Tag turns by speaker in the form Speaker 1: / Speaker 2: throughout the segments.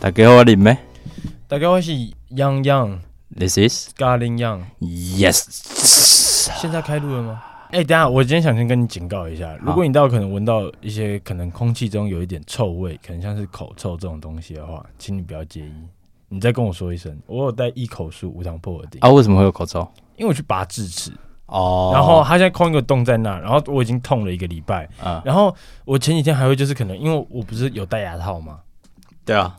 Speaker 1: 大家好，我林妹
Speaker 2: 大家好，我是央央
Speaker 1: ，This is
Speaker 2: 咖喱央。
Speaker 1: Yes。
Speaker 2: 现在开录了吗？哎、等一下，我今天想先跟你警告一下，如果你待会可能闻到一些可能空气中有一点臭味，可能像是口臭这种东西的话，请你不要介意，你再跟我说一声。我有带一口漱无糖薄荷丁，
Speaker 1: 啊，为什么会有口罩？
Speaker 2: 因为我去拔智齿，
Speaker 1: 哦
Speaker 2: 然后它现在空一个洞在那，然后我已经痛了一个礼拜，
Speaker 1: 嗯
Speaker 2: 然后我前几天还会就是可能因为我不是有戴牙套吗？
Speaker 1: 对啊，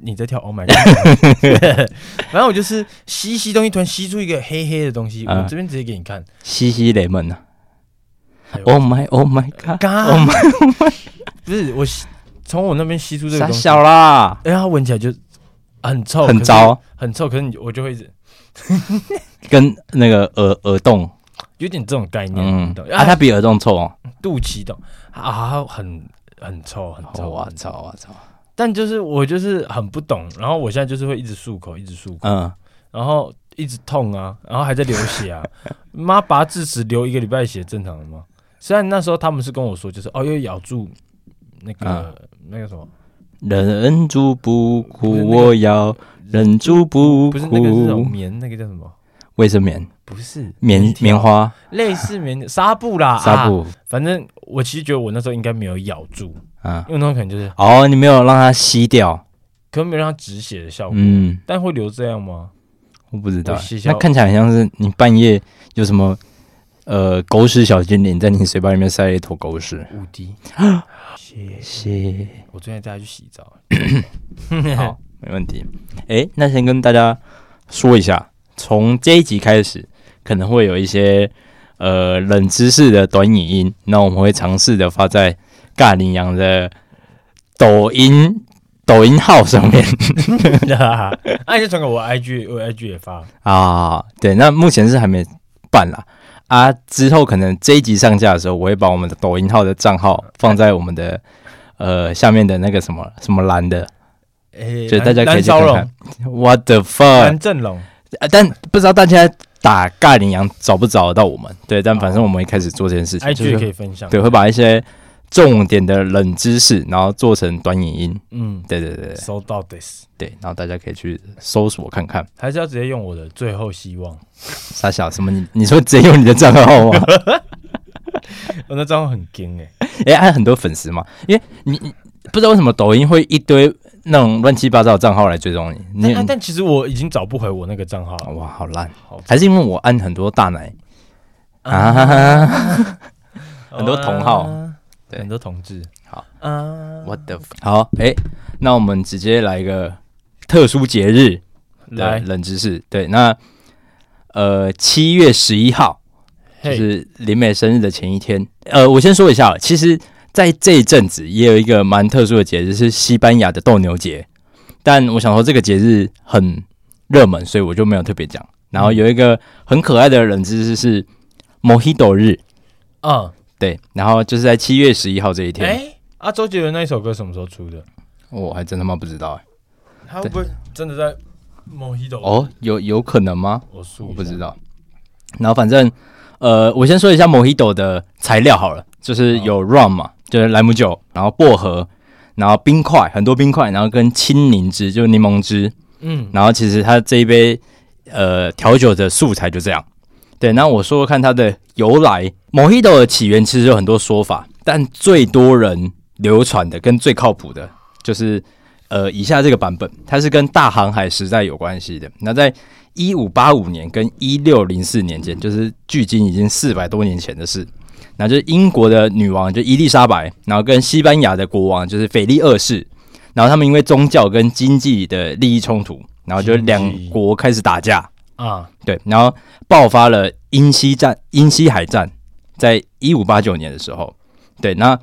Speaker 2: 你在跳 Oh my God，然 后我就是吸一吸东西，突然吸出一个黑黑的东西，
Speaker 1: 嗯
Speaker 2: 我这边直接给你看。
Speaker 1: 西西雷蒙啊
Speaker 2: 哎呦
Speaker 1: ，Oh my Oh my God，
Speaker 2: 嘎
Speaker 1: Oh
Speaker 2: 不是我吸从我那边吸出这个
Speaker 1: 傻
Speaker 2: 东西，
Speaker 1: 小啦，
Speaker 2: 哎，它闻起来就很臭，
Speaker 1: 很
Speaker 2: 可是
Speaker 1: 糟，
Speaker 2: 很臭。可是你我就会一直
Speaker 1: 跟那个耳耳洞，
Speaker 2: 有点这种概念，
Speaker 1: 嗯
Speaker 2: 嗯，懂，
Speaker 1: 啊，
Speaker 2: 啊，
Speaker 1: 它比耳洞臭哦。
Speaker 2: 肚脐懂啊，很很臭，很臭。啊
Speaker 1: 我操我操，
Speaker 2: 但就是我就是很不懂，然后我现在就是会一直漱口，一直漱口，
Speaker 1: 嗯，
Speaker 2: 然后一直痛啊，然后还在流 血啊，妈拔智齿流一个礼拜血正常的吗？虽然那时候他们是跟我说，就是哦，又咬住那个、
Speaker 1: 啊
Speaker 2: 那个什么，
Speaker 1: 忍住不
Speaker 2: 不是
Speaker 1: 哭，
Speaker 2: 那个
Speaker 1: 我要忍住不
Speaker 2: 不是那个是那
Speaker 1: 哭
Speaker 2: 种。棉，那个叫什么？
Speaker 1: 卫生棉、
Speaker 2: 不是
Speaker 1: 棉棉，花、
Speaker 2: 类似棉 纱布啦，
Speaker 1: 纱
Speaker 2: 啊。
Speaker 1: 布，
Speaker 2: 反正我其实觉得我那时候应该没有咬住，
Speaker 1: 嗯，
Speaker 2: 因为那时候可能就是
Speaker 1: 哦，你没有让它吸掉，
Speaker 2: 可能没有让它止血的效果，
Speaker 1: 嗯。
Speaker 2: 但会流这样吗？
Speaker 1: 我不知道
Speaker 2: 我吸，
Speaker 1: 那
Speaker 2: 消
Speaker 1: 看起来很像是你半夜有什么呃狗屎小精灵在你嘴巴里面塞了一坨狗屎。
Speaker 2: 五 滴，血
Speaker 1: 谢，
Speaker 2: 我昨天带他去洗澡，
Speaker 1: 好，没问题。诶，那先跟大家说一下，从这一集开始可能会有一些呃冷知识的短影音，那我们会尝试的发在尬羚羊的抖音抖音号上面。
Speaker 2: 啊那你就传给我 IG，我 IG 也发。
Speaker 1: 啊，对，那目前是还没办啦。啊，之后可能这一集上架的时候，我会把我们的抖音号的账号放在我们的呃下面的那个什么什么栏的，
Speaker 2: 哎
Speaker 1: 就大家可以
Speaker 2: 蓝
Speaker 1: 去
Speaker 2: 烧
Speaker 1: 看
Speaker 2: 龙
Speaker 1: 看。What 哦 the
Speaker 2: 蓝
Speaker 1: fuck！、
Speaker 2: 正龙，
Speaker 1: 啊但不知道大家打尬羚羊找不找得到我们？对，但反正我们一开始做这件事情，就
Speaker 2: IG 也哦可
Speaker 1: 是
Speaker 2: 以分享。
Speaker 1: 对，会把一些重点的冷知识，然后做成短影音。
Speaker 2: 嗯，
Speaker 1: 对对对对
Speaker 2: 收到 this，
Speaker 1: 对，然后大家可以去搜索看看。
Speaker 2: 还是要直接用我的最后希望。
Speaker 1: 傻小，什么你你说直接用你的账号吗？
Speaker 2: 我那账号很惊哎，
Speaker 1: 哎、还有很多粉丝嘛，因为你你不知道为什么抖音会一堆那种乱七八糟的账号来追踪你，你
Speaker 2: 但但但其实我已经找不回我那个账号了。
Speaker 1: 哇好烂，
Speaker 2: 好
Speaker 1: 还是因为我按很多大奶啊，很多同号
Speaker 2: 啊
Speaker 1: 对
Speaker 2: 很多同志。
Speaker 1: 好
Speaker 2: 啊，
Speaker 1: 我的好哎、那我们直接来一个特殊节日的
Speaker 2: 来，
Speaker 1: 冷知识，对，那呃七月十一号就
Speaker 2: 嘿
Speaker 1: 是林美生日的前一天，呃，我先说一下，其实在这一阵子也有一个蛮特殊的节日是西班牙的斗牛节，但我想说这个节日很热门，所以我就没有特别讲。然后有一个很可爱的冷知识是 Mojito 日，
Speaker 2: 嗯，
Speaker 1: 对，然后就是在七月十一号这一天，
Speaker 2: 哎，啊，周杰伦那一首歌什么时候出的？
Speaker 1: 我还真他妈不知道哎、
Speaker 2: 他会不会真的在 Mojito？
Speaker 1: 哦，，有有可能吗？
Speaker 2: 我数
Speaker 1: 我不知道。然后反正呃，我先说一下 Mojito 的材料好了，就是有 rum 嘛，就是莱姆酒，然后薄荷，然后冰块，很多冰块，然后跟青柠汁，就是柠檬汁。
Speaker 2: 嗯，
Speaker 1: 然后其实它这一杯呃调酒的素材就这样。对，那我说说看它的由来。Mojito 的起源其实有很多说法，但最多人流传的跟最靠谱的就是呃以下这个版本，它是跟大航海时代有关系的。那在一五八五年跟一六零四年间，就是距今已经四百多年前的事。那就是英国的女王就伊丽莎白，然后跟西班牙的国王就是腓力二世，然后他们因为宗教跟经济的利益冲突，然后就
Speaker 2: 经济
Speaker 1: 两国开始打架，
Speaker 2: 啊，
Speaker 1: 对，然后爆发了英西战、英西海战，在一五八九年的时候，对，那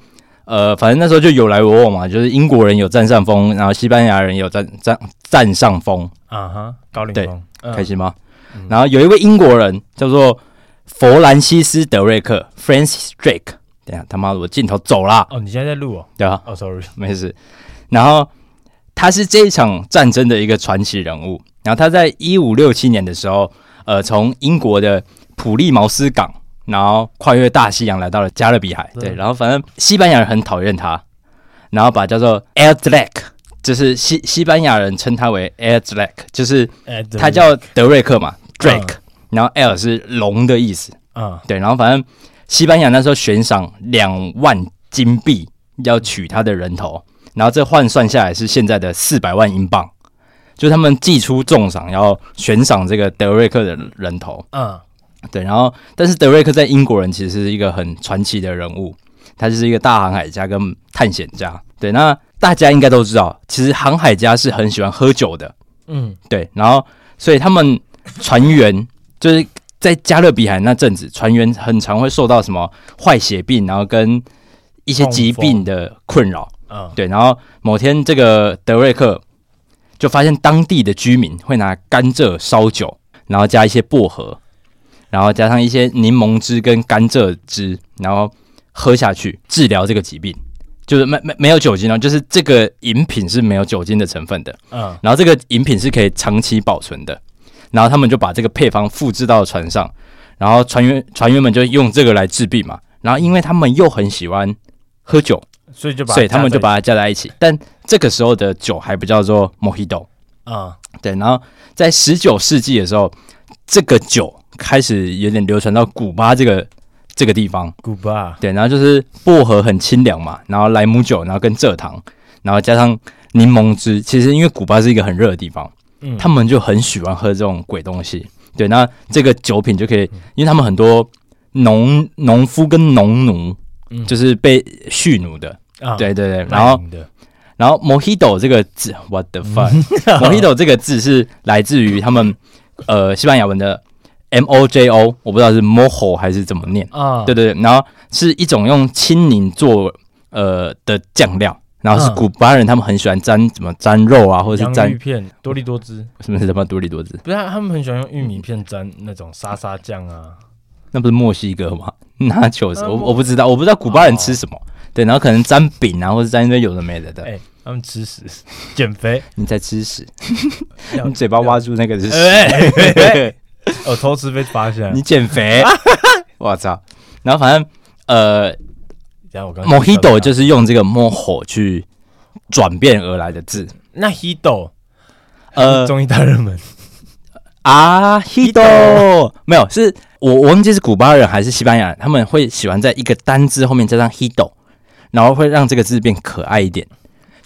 Speaker 1: 呃，反正那时候就有来我往嘛，就是英国人有占上风，然后西班牙人有占占占上风，
Speaker 2: 啊哈，高凌
Speaker 1: 对
Speaker 2: 风，
Speaker 1: 开
Speaker 2: 嗯
Speaker 1: 心吗？
Speaker 2: 嗯
Speaker 1: 然后有一位英国人叫做弗兰西斯·德瑞克 （Francis Drake），等一下他妈的我镜头走啦，
Speaker 2: 哦，你现在在录哦，
Speaker 1: 对吧、
Speaker 2: 哦，sorry，
Speaker 1: 没事。然后他是这一场战争的一个传奇人物。然后他在一五六七年的时候，呃，从英国的普利茅斯港，然后跨越大西洋来到了加勒比海。
Speaker 2: 嗯
Speaker 1: 对，然后反正西班牙人很讨厌他，然后把他叫做 El d r a k 就是西西班牙人称它为 a i r d r a k 就是
Speaker 2: 哎，对
Speaker 1: 它叫德瑞克嘛
Speaker 2: 嗯
Speaker 1: ，Drake，、然后 L 是龙的意思，
Speaker 2: 啊，
Speaker 1: 对，然后反正西班牙那时候悬赏两万金币要取他的人头，然后这换算下来是现在的四百万英镑，就是他们祭出重赏要悬赏这个德瑞克的人头，
Speaker 2: 嗯
Speaker 1: 对，然后但是德瑞克在英国人其实是一个很传奇的人物，他就是一个大航海家跟探险家，对，那大家应该都知道，其实航海家是很喜欢喝酒的，
Speaker 2: 嗯
Speaker 1: 对，然后所以他们船员就是在加勒比海那阵子，船员很常会受到什么坏血病，然后跟一些疾病的困扰。
Speaker 2: 嗯，
Speaker 1: 对，然后某天这个德瑞克就发现当地的居民会拿甘蔗烧酒，然后加一些薄荷，然后加上一些柠檬汁跟甘蔗汁，然后喝下去治疗这个疾病。就是没没没有酒精哦，就是这个饮品是没有酒精的成分的。
Speaker 2: 嗯
Speaker 1: 然后这个饮品是可以长期保存的。然后他们就把这个配方复制到船上，然后船员船员们就用这个来治病嘛。然后因为他们又很喜欢喝酒，
Speaker 2: 所以就把，
Speaker 1: 所以他们就，把它加在一起。但这个时候的酒还不叫做 Mojito，
Speaker 2: 嗯
Speaker 1: 对。然后在十九世纪的时候，这个酒开始有点流传到古巴这个这个地方，
Speaker 2: 古巴，
Speaker 1: 对。然后就是薄荷很清凉嘛，然后莱姆酒，然后跟蔗糖，然后加上柠檬汁。其实因为古巴是一个很热的地方。
Speaker 2: 嗯，
Speaker 1: 他们就很喜欢喝这种鬼东西。对，那这个酒品就可以，
Speaker 2: 嗯
Speaker 1: 因为他们很多农农夫跟农奴
Speaker 2: 嗯
Speaker 1: 就是被蓄奴的。
Speaker 2: 啊，
Speaker 1: 对对对，
Speaker 2: 卖
Speaker 1: 然后
Speaker 2: 淫的，
Speaker 1: 然后 mojito 这个字，what the
Speaker 2: 嗯
Speaker 1: fuck？mojito 这个字是来自于他们呃西班牙文的 m o j o，我不知道是 mojo 还是怎么念。
Speaker 2: 啊，
Speaker 1: 对对对，然后是一种用青柠做呃的酱料，然后是
Speaker 2: 嗯
Speaker 1: 古巴人他们很喜欢沾怎么沾肉啊，或者是
Speaker 2: 洋
Speaker 1: 沾
Speaker 2: 芋片多利多汁，
Speaker 1: 什么什么多利多汁。
Speaker 2: 不是他们很喜欢用玉米片沾那种沙沙酱啊，那
Speaker 1: 那不是墨西哥吗？ 拿酒是，
Speaker 2: 呃
Speaker 1: 我
Speaker 2: 墨
Speaker 1: 我不知道，我不知道古巴人吃什么。对，然后可能沾饼啊，或者沾一堆有的没的的。
Speaker 2: 哦哎，他们吃屎 减肥，
Speaker 1: 你在吃 屎，
Speaker 2: 要
Speaker 1: 你嘴巴挖住那个是
Speaker 2: 哎哎哎
Speaker 1: 屎，，
Speaker 2: 哦，偷吃被发 现
Speaker 1: 你减 肥。我操！然后反正呃
Speaker 2: 然后我刚刚
Speaker 1: ，mojito 就是是用这个 mojo 去转变而来的字。
Speaker 2: 那 hito，
Speaker 1: 呃
Speaker 2: 综艺大热门，
Speaker 1: 啊，hito 没有，是我我忘记是古巴人还是西班牙人，他们会喜欢在一个单字后面加上 hito，然后会让这个字变可爱一点。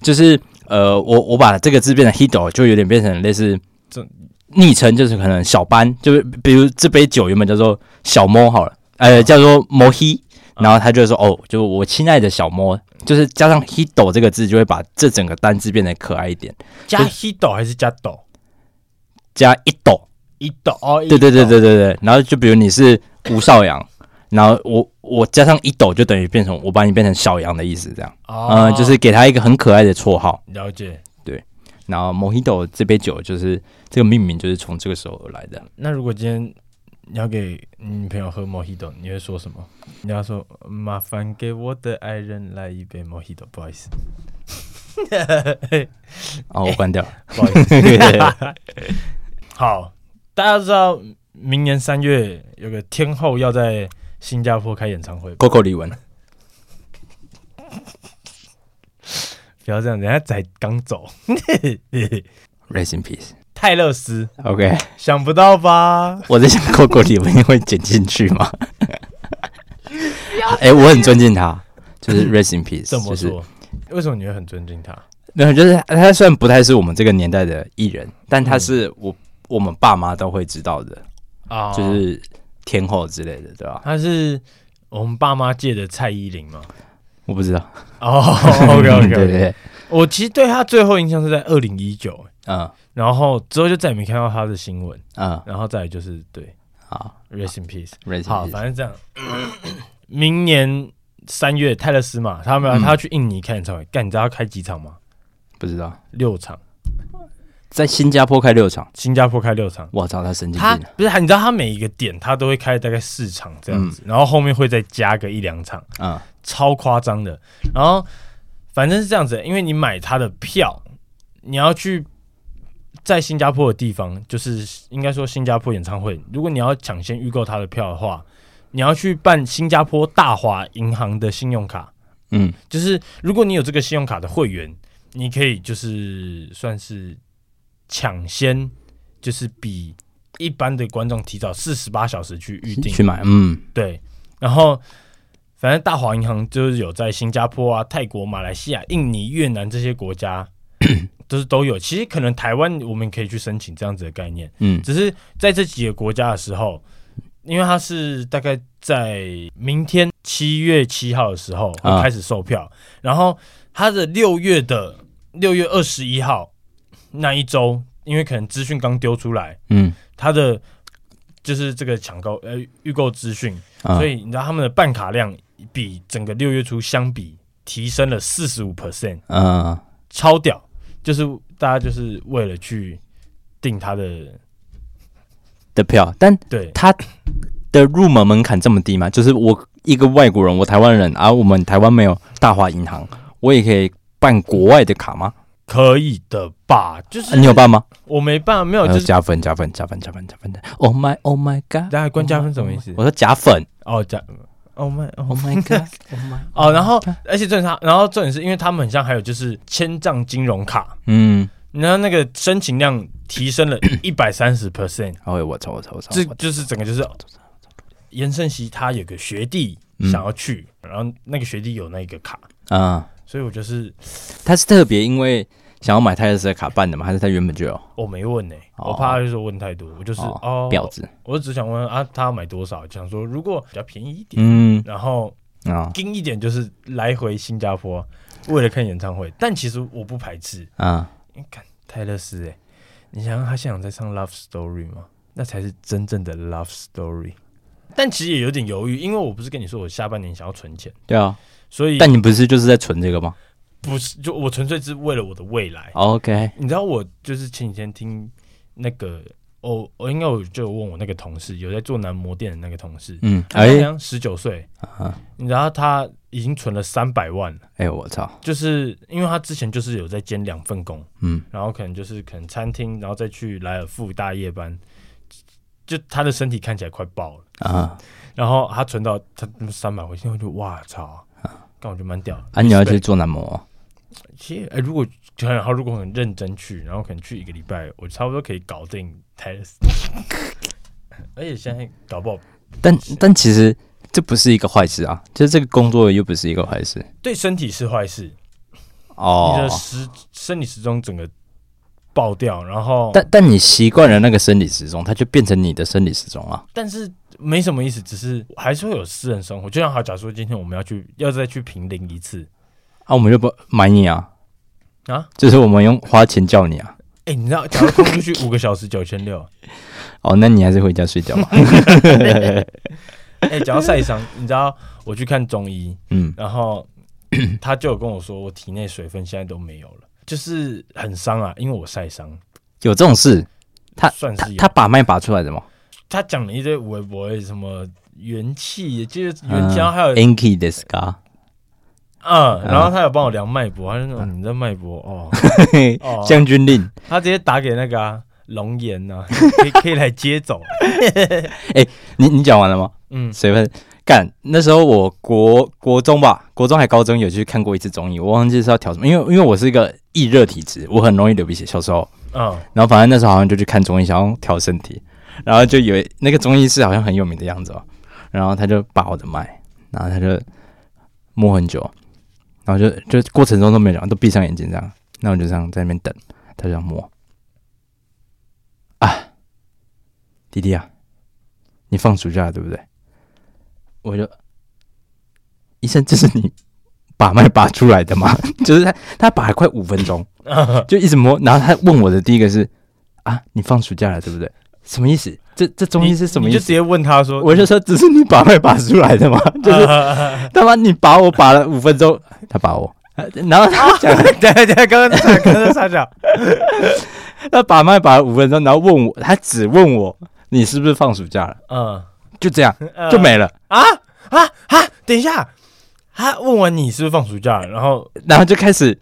Speaker 1: 就是呃，我我把这个字变成 hito，就有点变成类似
Speaker 2: 这
Speaker 1: 昵称，就是可能小班，就是比如这杯酒原本叫做小摸好了，呃，叫做 mohi，然后他就会说哦，就我亲爱的小摸，就是加上 hito 这个字，就会把这整个单字变得可爱一点，
Speaker 2: 加 hito 还是加斗？
Speaker 1: 加 ito。
Speaker 2: 一斗哦，
Speaker 1: 对对对
Speaker 2: hito
Speaker 1: 对对对。然后就比如你是吴少 阳，然后我我加上一斗就等于变成我把你变成小杨的意思，这样，嗯、
Speaker 2: 哦，
Speaker 1: 就是给他一个很可爱的绰号。
Speaker 2: 了解。
Speaker 1: 然后 Mojito 这杯酒就是这个命名就是从这个时候而来的。
Speaker 2: 那如果今天你要给你女朋友喝 Mojito，你会说什么？你要说嗯麻烦给我的爱人来一杯 Mojito，不好 意 思，
Speaker 1: 哦，我关掉了。
Speaker 2: 不好意思。 好，大家知道明年三月有个天后要在新加坡开演唱会吧，
Speaker 1: Coco 李玟，
Speaker 2: 不要这样，人家才刚走。
Speaker 1: Rest in peace。
Speaker 2: 泰勒斯，
Speaker 1: OK，
Speaker 2: 想不到吧？
Speaker 1: 我在想 Coco 李玟会剪进去 吗？哎、我很尊敬他，就是 Rest in peace。
Speaker 2: 怎么
Speaker 1: 就是
Speaker 2: 说？为什么你会很尊敬他？
Speaker 1: 没有，就是他虽然不太是我们这个年代的艺人，但
Speaker 2: 嗯
Speaker 1: 他是我、我们爸妈都会知道的。
Speaker 2: 啊
Speaker 1: 就是天后之类的，对吧？
Speaker 2: 他是我们爸妈界的蔡依 林吗？
Speaker 1: 我不知道。
Speaker 2: 哦 ，OK OK，
Speaker 1: 嗯对对对，
Speaker 2: 我其实对他最后印象是在二零一九，
Speaker 1: 嗯
Speaker 2: 然后之后就再也没看到他的新闻，
Speaker 1: 嗯，
Speaker 2: 然后再来就是对
Speaker 1: 好
Speaker 2: ，rest in peace。
Speaker 1: ，Raise in
Speaker 2: 好，
Speaker 1: peace
Speaker 2: 反正这样， 明年三月泰勒斯嘛，他们要、
Speaker 1: 嗯
Speaker 2: 他要去印尼开演唱会，干你知道他开几场吗？
Speaker 1: 不知道，
Speaker 2: 六场，
Speaker 1: 在新加坡开六场，
Speaker 2: 新加坡开六场。
Speaker 1: 我操，他神经
Speaker 2: 他
Speaker 1: 病了，
Speaker 2: 不是他，你知道他每一个点他都会开大概四场这样子，然后后面会再加个一两场，
Speaker 1: 嗯
Speaker 2: 超夸张的。然后反正是这样子，因为你买他的票，你要去在新加坡的地方，就是应该说新加坡演唱会，如果你要抢先预购他的票的话，你要去办新加坡大华银行的信用卡，
Speaker 1: 嗯
Speaker 2: 就是如果你有这个信用卡的会员，你可以就是算是抢先，就是比一般的观众提早四十八小时去预定
Speaker 1: 去买，嗯，
Speaker 2: 对，然后反正大华银行就是有在新加坡啊、泰国、马来西亚、印尼、越南这些 国家，就是都有。其实可能台湾我们可以去申请这样子的概念，
Speaker 1: 嗯
Speaker 2: 只是在这几个国家的时候，因为它是大概在明天七月七号的时候
Speaker 1: 啊
Speaker 2: 会开始售票，然后它的六月的六月二十一号那一周，因为可能资讯刚丢出来，
Speaker 1: 嗯，
Speaker 2: 它的就是这个抢购呃预购资讯。
Speaker 1: 啊
Speaker 2: 所以你知道他们的办卡量比整个六月初相比提升了四十五 percent，
Speaker 1: 呃，
Speaker 2: 超屌！就是大家就是为了去订他的
Speaker 1: 的票，但
Speaker 2: 对
Speaker 1: 它的入门门槛这么低吗？就是我一个外国人，我台湾人，而、我们台湾没有大华银行，我也可以办国外的卡吗？
Speaker 2: 可以的吧？就是、
Speaker 1: 啊你有办吗？
Speaker 2: 我没办法，没有
Speaker 1: 呃，
Speaker 2: 哦就是
Speaker 1: 加分加分加分加分加分的，Oh my Oh my God！
Speaker 2: 大家关加分什么意思
Speaker 1: Oh my- 我说假粉
Speaker 2: 哦加哦没哦
Speaker 1: ，Oh my God！Oh my，
Speaker 2: 哦，然后而且重点是他，然后重点是因为他们很像还有就是千账金融卡，
Speaker 1: 嗯，
Speaker 2: 然后那个申请量提升了 一百三十 percent，
Speaker 1: 哎，我操我操我操，
Speaker 2: 这
Speaker 1: 我
Speaker 2: 就是整个就是严胜熙他有个学弟
Speaker 1: 嗯
Speaker 2: 想要去，然后那个学弟有那个卡，
Speaker 1: 啊，
Speaker 2: 所以我就是
Speaker 1: 他是特别因为想要买泰勒斯的卡办的吗？还是他原本就有？
Speaker 2: 我没问呢、欸
Speaker 1: 哦
Speaker 2: 我怕他就是问太多，我就是哦，
Speaker 1: 婊子，
Speaker 2: 我只想问啊，他要买多少？想说如果比较便宜一点，
Speaker 1: 嗯
Speaker 2: 然后
Speaker 1: 啊
Speaker 2: 近一点就是来回新加坡，为了看演唱会，但其实我不排斥，
Speaker 1: 啊，
Speaker 2: 因为看泰勒斯哎、你想想他现场在唱 Love Story 吗？那才是真正的 Love Story。但其实也有点犹豫，因为我不是跟你说我下半年想要存钱，
Speaker 1: 对啊，
Speaker 2: 所以
Speaker 1: 但你不是就是在存这个吗哦
Speaker 2: 不是，就我纯粹是为了我的未来。
Speaker 1: ？OK，
Speaker 2: 你知道，我就是前几天听那个，哦，我应该我就有问我那个同事，有在做男模店的那个同事，
Speaker 1: 嗯，
Speaker 2: 他
Speaker 1: 哎
Speaker 2: 好像十九岁，
Speaker 1: 啊
Speaker 2: 你知道他已经存了三百万了，
Speaker 1: 哎，我操，
Speaker 2: 就是因为他之前就是有在兼两份工，
Speaker 1: 嗯
Speaker 2: 然后可能就是可能餐厅，然后再去莱尔富大夜班，就他的身体看起来快爆了，
Speaker 1: 啊
Speaker 2: 然后他存到他三百块钱，我就哇操，干我觉得蛮屌的
Speaker 1: 啊，你要
Speaker 2: respect
Speaker 1: 去做男模哦
Speaker 2: 其实，哎、如果然后如果很认真去，然后可能去一个礼拜，我差不多可以搞定 test。而且现在搞不好，
Speaker 1: 但但其实这不是一个坏事啊，就是这个工作又不是一个坏事
Speaker 2: 对身体是坏事，你
Speaker 1: 哦
Speaker 2: 的。时生理时钟整个爆掉，然后但
Speaker 1: 但但你习惯了那个生理时钟，它就变成你的生理时钟啊了。
Speaker 2: 但是没什么意思，只是还是会有私人生活。就像好，假如说今天我们要去，要再去平陵一次
Speaker 1: 啊，我们就不买你啊，
Speaker 2: 啊，
Speaker 1: 就是我们用花钱叫你啊。
Speaker 2: 哎、你知道，假如空出去 五个小时九千六，
Speaker 1: 哦，那你还是回家睡觉 吧。
Speaker 2: 哎，讲到晒伤，你知道我去看中医，
Speaker 1: 嗯，
Speaker 2: 然后他就有跟我说，我体内水分现在都没有了，就是很伤啊，因为我晒伤，
Speaker 1: 有这种事，他
Speaker 2: 算
Speaker 1: 他
Speaker 2: 是有
Speaker 1: 他把脉拔出来的吗
Speaker 2: 他讲了一堆微博什么元气，就是元气，
Speaker 1: 嗯
Speaker 2: 然后还有嗯
Speaker 1: a n k i 的 scar，
Speaker 2: 然后他有帮我量脉搏，他就说、
Speaker 1: 啊
Speaker 2: 你在脉搏哦，哦
Speaker 1: 将军令。
Speaker 2: 他直接打给那个啊龙岩呐、啊， 可以可以来接走，
Speaker 1: 你你讲完了吗？
Speaker 2: 嗯，
Speaker 1: 水分干。那时候我国国中吧，国中还高中有去看过一次中医，我忘记是要调什么，因为因为我是一个易热体质，我很容易流鼻血，小时候。
Speaker 2: 嗯，
Speaker 1: 然后反正那时候好像就去看中医，想要调身体，然后就有那个中医师好像很有名的样子哦，然后他就把我的脉，然后他就摸很久，然后就就过程中都没有讲，都闭上眼睛这样，那我就这样在那边等，他就这样摸，啊，弟弟啊，你放暑假了对不对？我就医生，这是你把脉拔出来的吗？ 就是他他拔了快五分钟。
Speaker 2: 嗯
Speaker 1: 就一直摸。然后他问我的第一个是啊，你放暑假了对不对？什么意思？这这中医是什么
Speaker 2: 你
Speaker 1: 意
Speaker 2: 就直
Speaker 1: 思？
Speaker 2: 接问他说，
Speaker 1: 我就说只是你把脉拔出来的嘛，就是他妈你把我拔了五分钟，他把我，然后他讲
Speaker 2: 对对，刚刚在刚刚在讲，
Speaker 1: 他把脉拔了五分钟，然后问我，他只问我你是不是放暑假了，
Speaker 2: 嗯，
Speaker 1: 就这样
Speaker 2: 呃
Speaker 1: 就没了。
Speaker 2: 啊啊啊！等一下，他问完你是不是放暑假，然后
Speaker 1: 然后就开始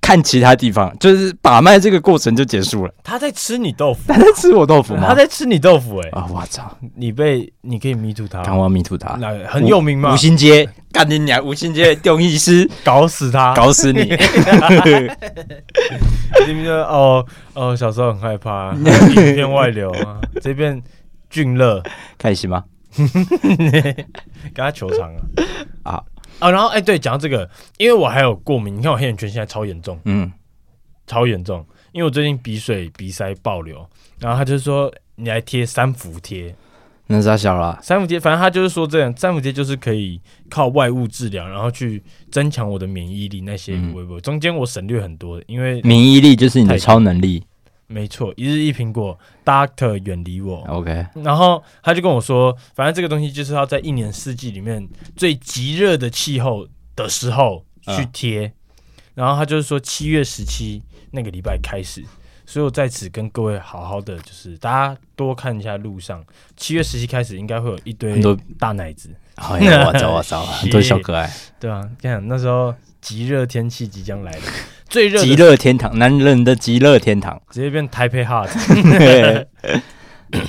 Speaker 1: 看其他地方，就是把脉这个过程就结束了。
Speaker 2: 他在吃你豆腐，
Speaker 1: 他在吃我豆腐吗？啊
Speaker 2: 他在吃你豆腐、欸，哎、
Speaker 1: 啊，我操！
Speaker 2: 你被你可以迷住他，
Speaker 1: 看我要迷吐他。
Speaker 2: 那很有名嘛
Speaker 1: 五，星街干你娘！吴兴街的中医师
Speaker 2: 搞死他，
Speaker 1: 搞死你！
Speaker 2: 你们就哦哦，小时候很害 怕，影片外流啊，这边俊乐
Speaker 1: 开心吗？
Speaker 2: 给他球场啊
Speaker 1: 啊
Speaker 2: 啊！然后哎、对，讲到这个，因为我还有过敏，你看我黑眼圈现在超严重，
Speaker 1: 嗯，
Speaker 2: 超严重，因为我最近鼻水鼻塞爆流，然后他就说你来贴三伏贴，
Speaker 1: 那是他小啦。
Speaker 2: 三伏贴，反正他就是说这样，三伏贴就是可以靠外物治疗，然后去增强我的免疫力那些
Speaker 1: 嗯
Speaker 2: 微博、中间我省略很多，因为
Speaker 1: 免疫力就是你的
Speaker 2: 太
Speaker 1: 超能力。
Speaker 2: 没错，一日一苹果，Doctor 远离我。
Speaker 1: OK，
Speaker 2: 然后他就跟我说，反正这个东西就是要在一年四季里面最极热的气候的时候
Speaker 1: 嗯
Speaker 2: 去贴。然后他就是说七月十七那个礼拜开始，所以我在此跟各位好好的，就是大家多看一下路上，七月十七开始应该会有一堆
Speaker 1: 很多
Speaker 2: 大奶子，
Speaker 1: 哎呀，我操我操，很多小可 爱，
Speaker 2: 对啊，你看那时候极热天气即将来了，最热的
Speaker 1: 极乐天堂，男人的极乐天 堂。
Speaker 2: 直接变台北 hot，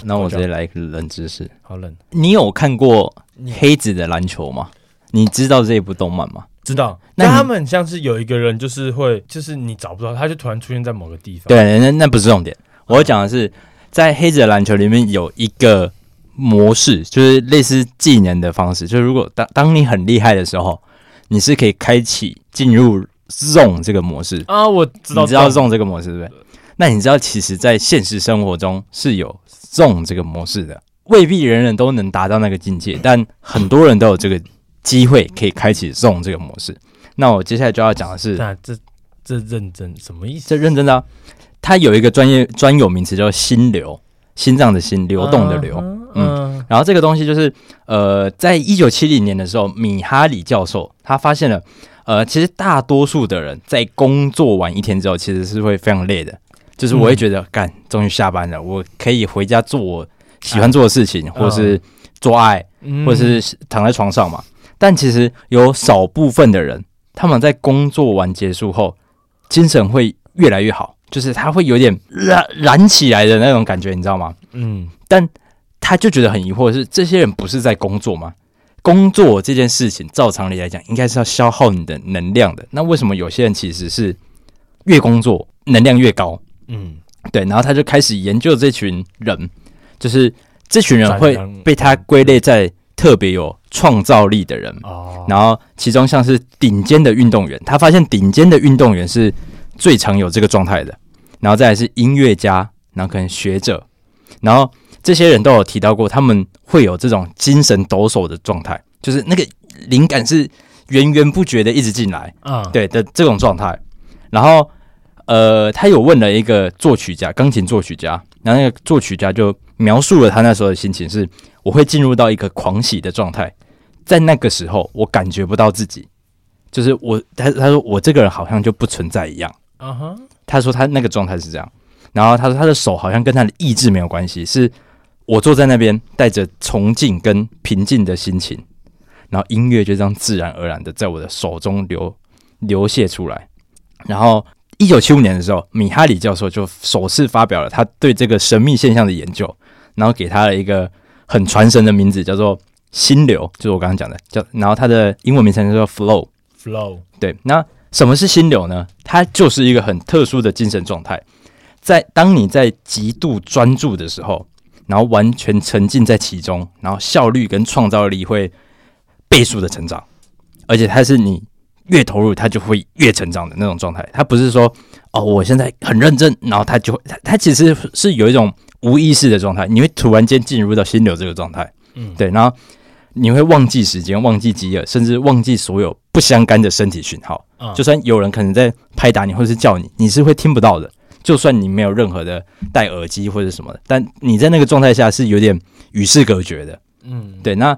Speaker 1: 那我直接来一个冷知识，
Speaker 2: 好冷，
Speaker 1: 你有看过
Speaker 2: 你
Speaker 1: 黑子的篮球吗？你知道这一部动漫吗？
Speaker 2: 知道？
Speaker 1: 那
Speaker 2: 但
Speaker 1: 你
Speaker 2: 他们很像是有一个人，就是会，就是你找不到，他就突然出现在某个地方。
Speaker 1: 对，那那不是重点，我要讲的是，在黑子的篮球里面有一个模式，就是类似技能的方式，就是如果当当你很厉害的时候，你是可以开启进入 zone 这个模式，
Speaker 2: 啊，我知道，
Speaker 1: 你知道 zone 这个模式对不对？那你知道其实，在现实生活中是有 zone 这个模式的，未必人人都能达到那个境界，但很多人都有这个机会可以开启 zone 这个模式。那我接下来就要讲的是，
Speaker 2: 那这这认真什么意思？
Speaker 1: 这认真的、啊，它有一个专业专有名词叫心流，心脏的心，流动的流。
Speaker 2: 嗯嗯
Speaker 1: 然后这个东西就是，呃，在一九七零年的时候，米哈里教授他发现了，呃，其实大多数的人在工作完一天之后，其实是会非常累的，就是我会觉得，干、终于下班了，我可以回家做我喜欢做的事情，或是做爱，
Speaker 2: 嗯
Speaker 1: 或是躺在床上嘛。但其实有少部分的人，他们在工作完结束后，精神会越来越好，就是他会有点燃燃起来的那种感觉，你知道吗？
Speaker 2: 嗯
Speaker 1: 但他就觉得很疑惑是，这些人不是在工作吗？工作这件事情，照常理来讲，应该是要消耗你的能量的。那为什么有些人其实是越工作能量越高？
Speaker 2: 嗯，
Speaker 1: 对，然后他就开始研究这群人，就是这群人会
Speaker 2: 展能
Speaker 1: 被他归类在特别有创造力的人。
Speaker 2: 哦，
Speaker 1: 然后其中像是顶尖的运动员，他发现顶尖的运动员是最常有这个状态的，然后再来是音乐家，然后可能学者，然后这些人都有提到过，他们会有这种精神抖擞的状态，就是那个灵感是源源不绝的一直进来，
Speaker 2: 啊，
Speaker 1: 对的这种状态。然后呃，他有问了一个作曲家，钢琴作曲家，然后那个作曲家就描述了他那时候的心情是：我会进入到一个狂喜的状态，在那个时候我感觉不到自己，就是我他他说我这个人好像就不存在一样。
Speaker 2: 啊哈，
Speaker 1: 他说他那个状态是这样，然后他说他的手好像跟他的意志没有关系，是我坐在那边带着崇敬跟平静的心情，然后音乐就这样自然而然的在我的手中流流泻出来。然后一九七五年的时候，米哈里教授就首次发表了他对这个神秘现象的研究，然后给他了一个很传神的名字，叫做心流，就是我刚刚讲的，叫然后它的英文名称叫做 flow。
Speaker 2: flow，
Speaker 1: 对，那什么是心流呢？它就是一个很特殊的精神状态，在当你在极度专注的时候，然后完全沉浸在其中，然后效率跟创造力会倍数的成长，而且它是你越投入，它就会越成长的那种状态。它不是说哦，我现在很认真，然后它就会，它它其实是有一种无意识的状态，你会突然间进入到心流这个状态。
Speaker 2: 嗯
Speaker 1: 对，然后你会忘记时间，忘记饥饿，甚至忘记所有不相干的身体讯号。
Speaker 2: 啊
Speaker 1: 就算有人可能在拍打你或者是叫你，你是会听不到的。就算你没有任何的戴耳机或者什么的，但你在那个状态下是有点与世隔绝的。
Speaker 2: 嗯
Speaker 1: 对，那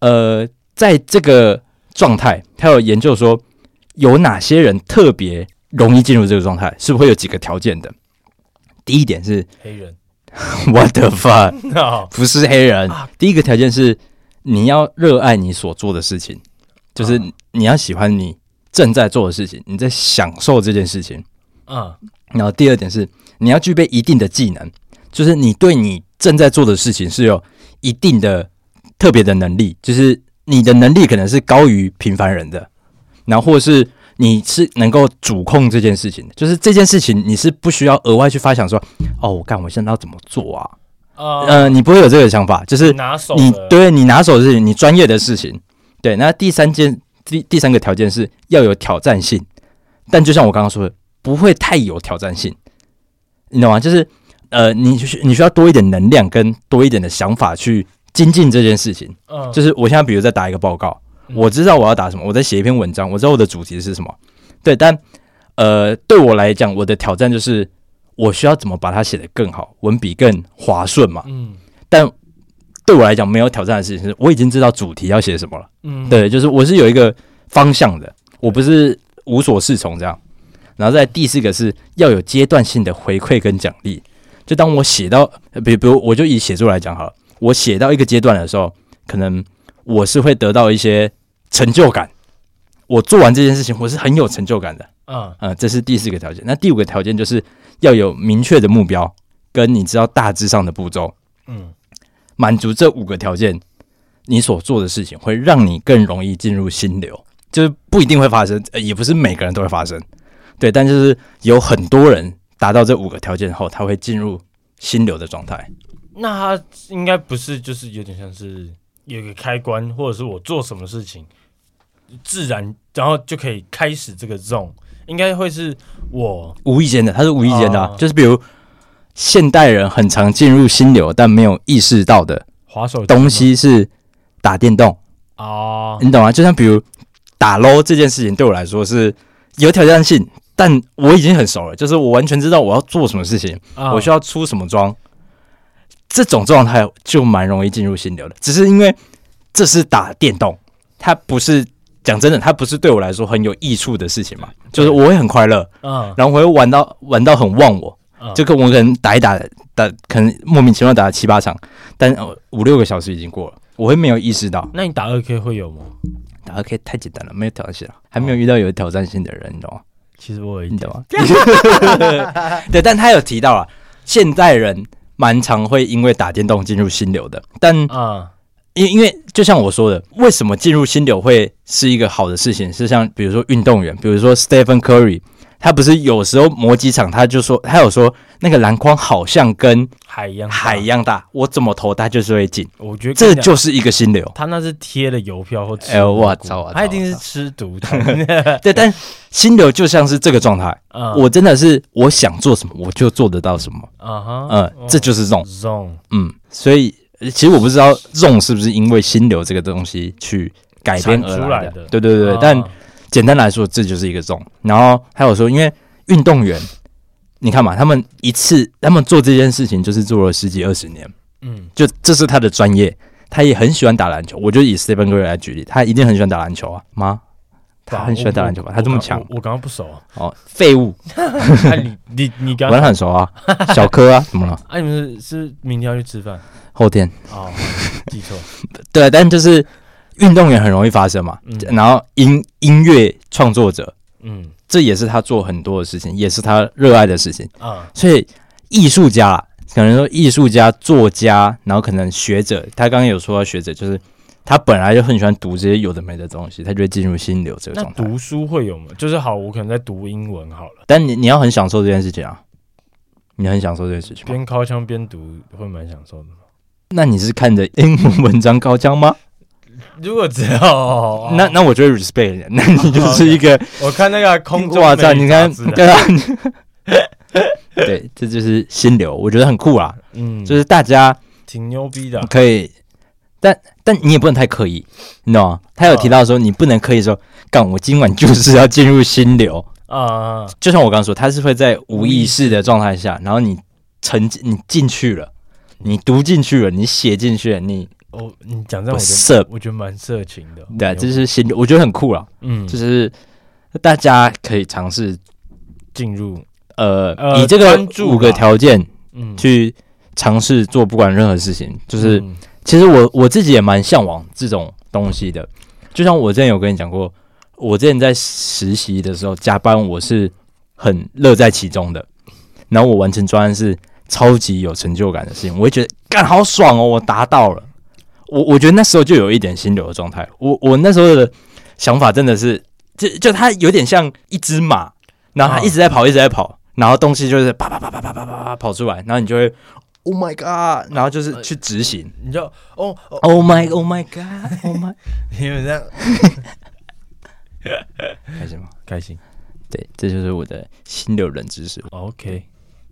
Speaker 1: 呃，在这个状态，他有研究说有哪些人特别容易进入这个状态，是不是会有几个条件的？第一点是
Speaker 2: 黑人
Speaker 1: What the fuck，
Speaker 2: 啊
Speaker 1: 不是黑人
Speaker 2: 啊。
Speaker 1: 第一个条件是你要热爱你所做的事情，就是
Speaker 2: 啊
Speaker 1: 你要喜欢你正在做的事情，你在享受这件事情。
Speaker 2: 啊
Speaker 1: 然后第二点是你要具备一定的技能，就是你对你正在做的事情是有一定的特别的能力，就是你的能力可能是高于平凡人的，然后或是你是能够主控这件事情的，就是这件事情你是不需要额外去发想说，哦，我干，我现在要怎么做啊？
Speaker 2: 呃，
Speaker 1: 呃，你不会有这个想法，就是
Speaker 2: 拿手
Speaker 1: 你
Speaker 2: 的
Speaker 1: 对你拿手的事情，你专业的事情，对。那第三件第第三个条件是要有挑战性，但就像我刚刚说的，不会太有挑战性，你懂吗？就是呃，你需你需要多一点能量跟多一点的想法去精进这件事情。
Speaker 2: 嗯
Speaker 1: 就是我现在比如在打一个报告，
Speaker 2: 嗯
Speaker 1: 我知道我要打什么，我在写一篇文章，我知道我的主题是什么，对，但呃，对我来讲，我的挑战就是我需要怎么把它写得更好，文笔更滑顺嘛。
Speaker 2: 嗯
Speaker 1: 但对我来讲，没有挑战的事情是，我已经知道主题要写什么了。
Speaker 2: 嗯，
Speaker 1: 对，就是我是有一个方向的，我不是无所适从这样。然后在第四个是要有阶段性的回馈跟奖励。就当我写到，呃比比如我就以写作来讲好了，我写到一个阶段的时候，可能我是会得到一些成就感。我做完这件事情，我是很有成就感的。
Speaker 2: 嗯
Speaker 1: 呃，这是第四个条件。那第五个条件就是要有明确的目标，跟你知道大致上的步骤。
Speaker 2: 嗯
Speaker 1: 满足这五个条件，你所做的事情会让你更容易进入心流，就是不一定会发生，呃也不是每个人都会发生，对，但就是有很多人达到这五个条件后，他会进入心流的状态。
Speaker 2: 那他应该不是，就是有点像是有个开关，或者是我做什么事情，自然然后就可以开始这个 zone，应该会是我
Speaker 1: 无意间的，他是无意间的啊、
Speaker 2: 哦
Speaker 1: 就是比如现代人很常进入心流，但没有意识到的
Speaker 2: 滑手机
Speaker 1: 东西是打电动，
Speaker 2: 吗哦，
Speaker 1: 你懂吗？就像比如打 LO 这件事情，对我来说是有挑战性，但我已经很熟了，就是我完全知道我要做什么事情。
Speaker 2: 啊
Speaker 1: 我需要出什么妆，这种状态就蛮容易进入心流的。只是因为这是打电动，它不是讲真的，它不是对我来说很有益处的事情嘛。就是我会很快乐，
Speaker 2: 嗯
Speaker 1: 然后我会玩到玩到很忘我，
Speaker 2: 嗯
Speaker 1: 就跟我可能打一打打，可能莫名其妙打了七八场，但呃五六个小时已经过了，我会没有意识到
Speaker 2: 那你打二 K 会有吗？
Speaker 1: 打 OK 太简单了，没有挑战性了，还没有遇到有挑战性的人，你懂吗？
Speaker 2: 其实我有一
Speaker 1: 你
Speaker 2: 点
Speaker 1: 懂吗？ 对，但他有提到啊，现代人蛮常会因为打电动进入心流的，但
Speaker 2: 啊
Speaker 1: 因因为就像我说的，为什么进入心流会是一个好的事情？是像比如说运动员，比如说 Stephen Curry，他不是有时候磨几场，他就说他有说那个篮筐好像跟
Speaker 2: 海一样大
Speaker 1: 海一，样大，我怎么投他就是会进，
Speaker 2: 我觉得
Speaker 1: 这
Speaker 2: 跟你讲
Speaker 1: 就是一个心流。
Speaker 2: 他那是贴了邮票或吃
Speaker 1: 哎
Speaker 2: 蘑菇，
Speaker 1: 我操我操
Speaker 2: 他一定是
Speaker 1: 我
Speaker 2: 吃毒的。
Speaker 1: 对，但心流就像是这个状态，
Speaker 2: 嗯
Speaker 1: 我真的是我想做什么我就做得到什么，
Speaker 2: 啊哈，
Speaker 1: 嗯、这就是这种
Speaker 2: zone
Speaker 1: 嗯，所以呃其实我不知道 zone 是不是因为心流这个东西去改编而
Speaker 2: 产出来
Speaker 1: 的，
Speaker 2: 的
Speaker 1: 对对对。
Speaker 2: 啊
Speaker 1: 但简单来说，这就是一个 zone。然后还有说，因为运动员，你看嘛，他们一次他们做这件事情就是做了十几二十年，
Speaker 2: 嗯
Speaker 1: 就这是他的专业，他也很喜欢打篮球。我就以 Stephen Curry 来举例，他一定很喜欢打篮球啊，妈，他很喜欢打篮球吧？他这么强
Speaker 2: 啊我我刚刚不熟，
Speaker 1: 哦，废物，
Speaker 2: 啊你你你
Speaker 1: 我
Speaker 2: 刚
Speaker 1: 跟他很熟 啊，小柯啊，怎么了？
Speaker 2: 啊，你们是是明天要去吃饭
Speaker 1: 后天。
Speaker 2: 哦，记错，
Speaker 1: 对，但就是运动员很容易发生嘛。
Speaker 2: 嗯
Speaker 1: 然后音音乐创作者，
Speaker 2: 嗯
Speaker 1: 这也是他做很多的事情，也是他热爱的事情。
Speaker 2: 啊
Speaker 1: 所以艺术家啦，可能说艺术家、作家，然后可能学者，他刚刚有说到学者，就是他本来就很喜欢读这些有的没的东西，他就会进入心流这个
Speaker 2: 那
Speaker 1: 状态。
Speaker 2: 读书会有吗？就是好，我可能在读英文好了，
Speaker 1: 但你你要很享受这件事情啊，你很享受这件事情吗。
Speaker 2: 边敲枪边读会蛮享受的。
Speaker 1: 那你是看着英文文章高腔吗？
Speaker 2: 如果只要哦
Speaker 1: 那那我就会 respect 你，那你就是一个
Speaker 2: 我看那个空中
Speaker 1: 哇塞，
Speaker 2: 美
Speaker 1: 你看
Speaker 2: 杂志，的
Speaker 1: 对啊，对，这就是心流，我觉得很酷啦，
Speaker 2: 嗯，啊
Speaker 1: 就是是大家
Speaker 2: 挺牛逼的，
Speaker 1: 可以，但但你也不能太刻意，你懂吗？他
Speaker 2: 啊
Speaker 1: 有提到说，你不能刻意说，干，我今晚就是要进入心流，
Speaker 2: 啊，
Speaker 1: 就像我刚刚说，他是会在无意识的状态下，然后你沉浸，你进去了。你读进去了，你写进去了，你
Speaker 2: 哦，你讲这样我觉
Speaker 1: 色
Speaker 2: 得，我觉得蛮色情的，
Speaker 1: 对啊，这
Speaker 2: 是
Speaker 1: 是心流，我觉得很酷啦，
Speaker 2: 嗯，
Speaker 1: 就
Speaker 2: 就是
Speaker 1: 是大家可以尝试，
Speaker 2: 进入
Speaker 1: 呃，
Speaker 2: 呃
Speaker 1: 以这个
Speaker 2: 专注
Speaker 1: 五个
Speaker 2: 吧
Speaker 1: 条件，
Speaker 2: 嗯，
Speaker 1: 去尝试做不管任何事情，就是、
Speaker 2: 嗯
Speaker 1: 其实我我自己也蛮向往这种东西的。就像我之前有跟你讲过，我之前在实习的时候加班，我是很乐在其中的。然后我完成专案是超级有成就感的事情，我会觉得干好爽哦，我达到了。我我觉得那时候就有一点心流的状态。我我那时候的想法真的是，就就它有点像一只马，然后它
Speaker 2: 嗯
Speaker 1: 一直在跑，一直在跑，然后东西就是啪啪啪啪啪啪啪啪跑出来，然后你就会 Oh my God，然后就是去执行。
Speaker 2: 你就哦哦，
Speaker 1: Oh my Oh my God Oh my，
Speaker 2: 你们这样
Speaker 1: 开心吗？
Speaker 2: 开心哦
Speaker 1: 对，这就是我的心流冷知识，
Speaker 2: ，OK，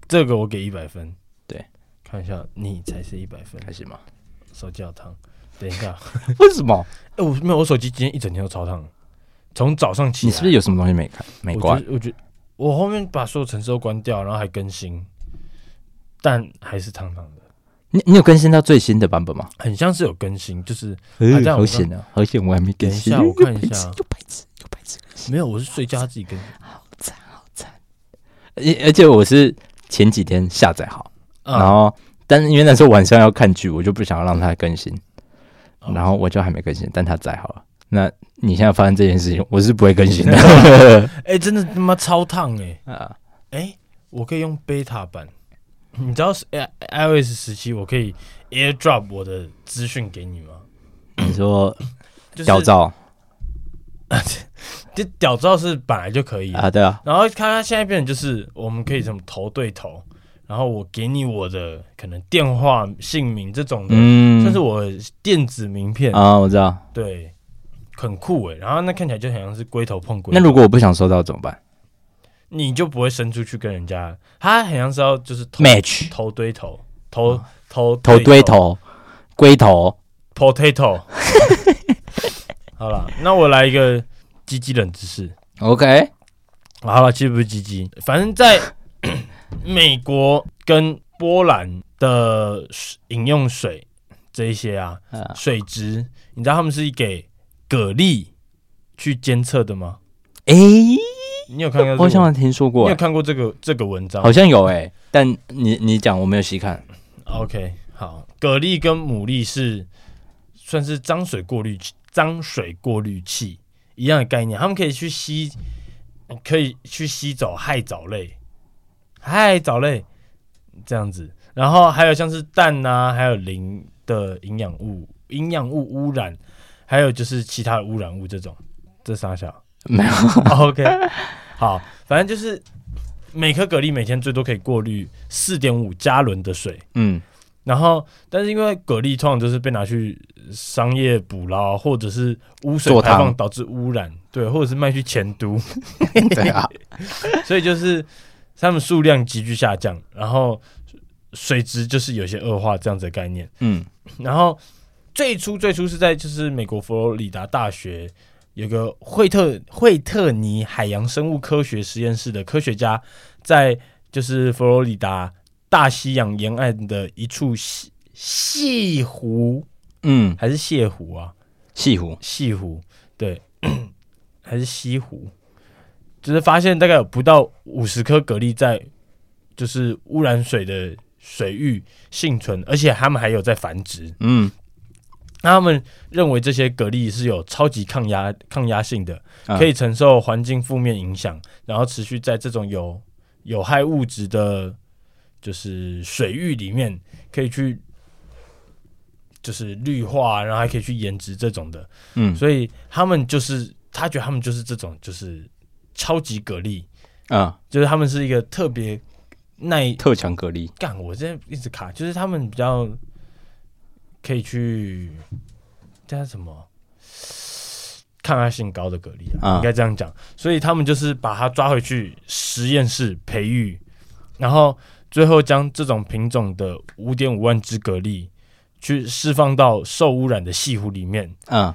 Speaker 2: 这个我给一百分，
Speaker 1: 嗯对，
Speaker 2: 看一下你才是一百分，
Speaker 1: 开心吗？
Speaker 2: 手机好烫，等一下，
Speaker 1: 为什么？
Speaker 2: 哎、我没有，我手机今天一整天都超烫的，从早上起
Speaker 1: 你
Speaker 2: 来，
Speaker 1: 是不是有什么东西没看没
Speaker 2: 我
Speaker 1: 关
Speaker 2: 觉？得我觉得我后面把所有程式都关掉，然后还更新，但还是烫烫的，
Speaker 1: 你你有更新到最新的版本吗？
Speaker 2: 很像是有更新，就是
Speaker 1: 呃
Speaker 2: 这样
Speaker 1: 好
Speaker 2: 我
Speaker 1: 险啊！好险我还没更
Speaker 2: 等一
Speaker 1: 新。
Speaker 2: 下我看一 下，
Speaker 1: 又白痴，又白痴。
Speaker 2: 没有，我是睡觉他自己更新
Speaker 1: 哎而而且我是前几天下载好，然
Speaker 2: 啊，
Speaker 1: 后但是因为那时候晚上要看剧，我就不想要让它更新，
Speaker 2: 哦
Speaker 1: 然后我就还没更新，但它载好了。那你现在发生这件事情，我是不会更新的
Speaker 2: 哎、真的他妈超烫哎、
Speaker 1: 啊！
Speaker 2: 哎、我可以用 beta 版，你知道是 i iOS 十七，我可以 AirDrop 我的资讯给你吗？
Speaker 1: 你说
Speaker 2: 就是
Speaker 1: 屌， 照
Speaker 2: 这屌照是本来就可以的
Speaker 1: 啊？对啊，
Speaker 2: 然后看他现在变成就是我们可以什么头对头，然后我给你我的可能电话、姓名这种的，
Speaker 1: 嗯，
Speaker 2: 甚至我电子名片，
Speaker 1: 啊，我知道。
Speaker 2: 对，很酷欸诶。然后那看起来就很像是龟头碰龟头，
Speaker 1: 那如果我不想收到怎么办
Speaker 2: 你就不会伸出去跟人家，他很像是要就是头
Speaker 1: ？Match
Speaker 2: 头对头，头头
Speaker 1: 头哦堆头龟头，
Speaker 2: potato。好了，那我来一个鸡鸡冷知识。
Speaker 1: OK，
Speaker 2: 好了，其实不是鸡鸡，反正在 美国跟波兰的水饮用水这一些啊，
Speaker 1: 啊
Speaker 2: 水质，你知道他们是给蛤蜊去监测的吗？
Speaker 1: 诶，
Speaker 2: 你有看过这
Speaker 1: 我
Speaker 2: 个？
Speaker 1: 好像听说
Speaker 2: 你
Speaker 1: 过
Speaker 2: 有
Speaker 1: 欸，
Speaker 2: 看过这个这个文章？
Speaker 1: 好像有诶，但你你讲我没有细看，
Speaker 2: OK，好，蛤蜊跟牡蛎是算是脏水过滤器，脏水过滤器一样的概念，它们可以去吸，可以去吸走害藻类，害藻类这样子。然后还有像是氮啊，还有磷的营养物、营养物污染，还有就是其他的污染物这种，这傻小
Speaker 1: 没有
Speaker 2: OK，好，反正就是每颗蛤蜊每天最多可以过滤四点五加仑的水。
Speaker 1: 嗯
Speaker 2: 然后，但是因为蛤蜊通常就是被拿去商业捕捞，或者是污水
Speaker 1: 做
Speaker 2: 排放
Speaker 1: 汤
Speaker 2: 导致污染，对，或者是卖去前都，
Speaker 1: 对啊，
Speaker 2: 所以就是它们数量急剧下降，然后水质就是有些恶化这样子的概念。
Speaker 1: 嗯
Speaker 2: 然后最初最初是在就是美国佛罗里达大学有个惠特惠特尼海洋生物科学实验室的科学家，在就是佛罗里达大西洋沿岸的一处西西湖
Speaker 1: 嗯，
Speaker 2: 还是泻湖啊，
Speaker 1: 西湖
Speaker 2: 西湖对， 还是西湖，就是发现大概有不到五十颗蛤蜊在就是污染水的水域幸存，而且它们还有在繁殖。
Speaker 1: 嗯
Speaker 2: 那他们认为这些蛤蜊是有超级抗压抗压性的，
Speaker 1: 嗯
Speaker 2: 可以承受环境负面影响，然后持续在这种有有害物质的，就是水域里面可以去，就是绿化，然后还可以去颜值这种的，
Speaker 1: 嗯
Speaker 2: 所以他们就是他觉得他们就是这种就是超级蛤蜊，
Speaker 1: 啊，
Speaker 2: 就是他们是一个特别耐
Speaker 1: 特强隔离，
Speaker 2: 干，我现在一直卡，就是他们比较可以去叫什么抗压性高的蛤蜊啊，
Speaker 1: 啊
Speaker 2: 应该这样讲。所以他们就是把它抓回去实验室培育，然后最后将这种品种的五点五万只蛤蜊去释放到受污染的西湖里面。
Speaker 1: 嗯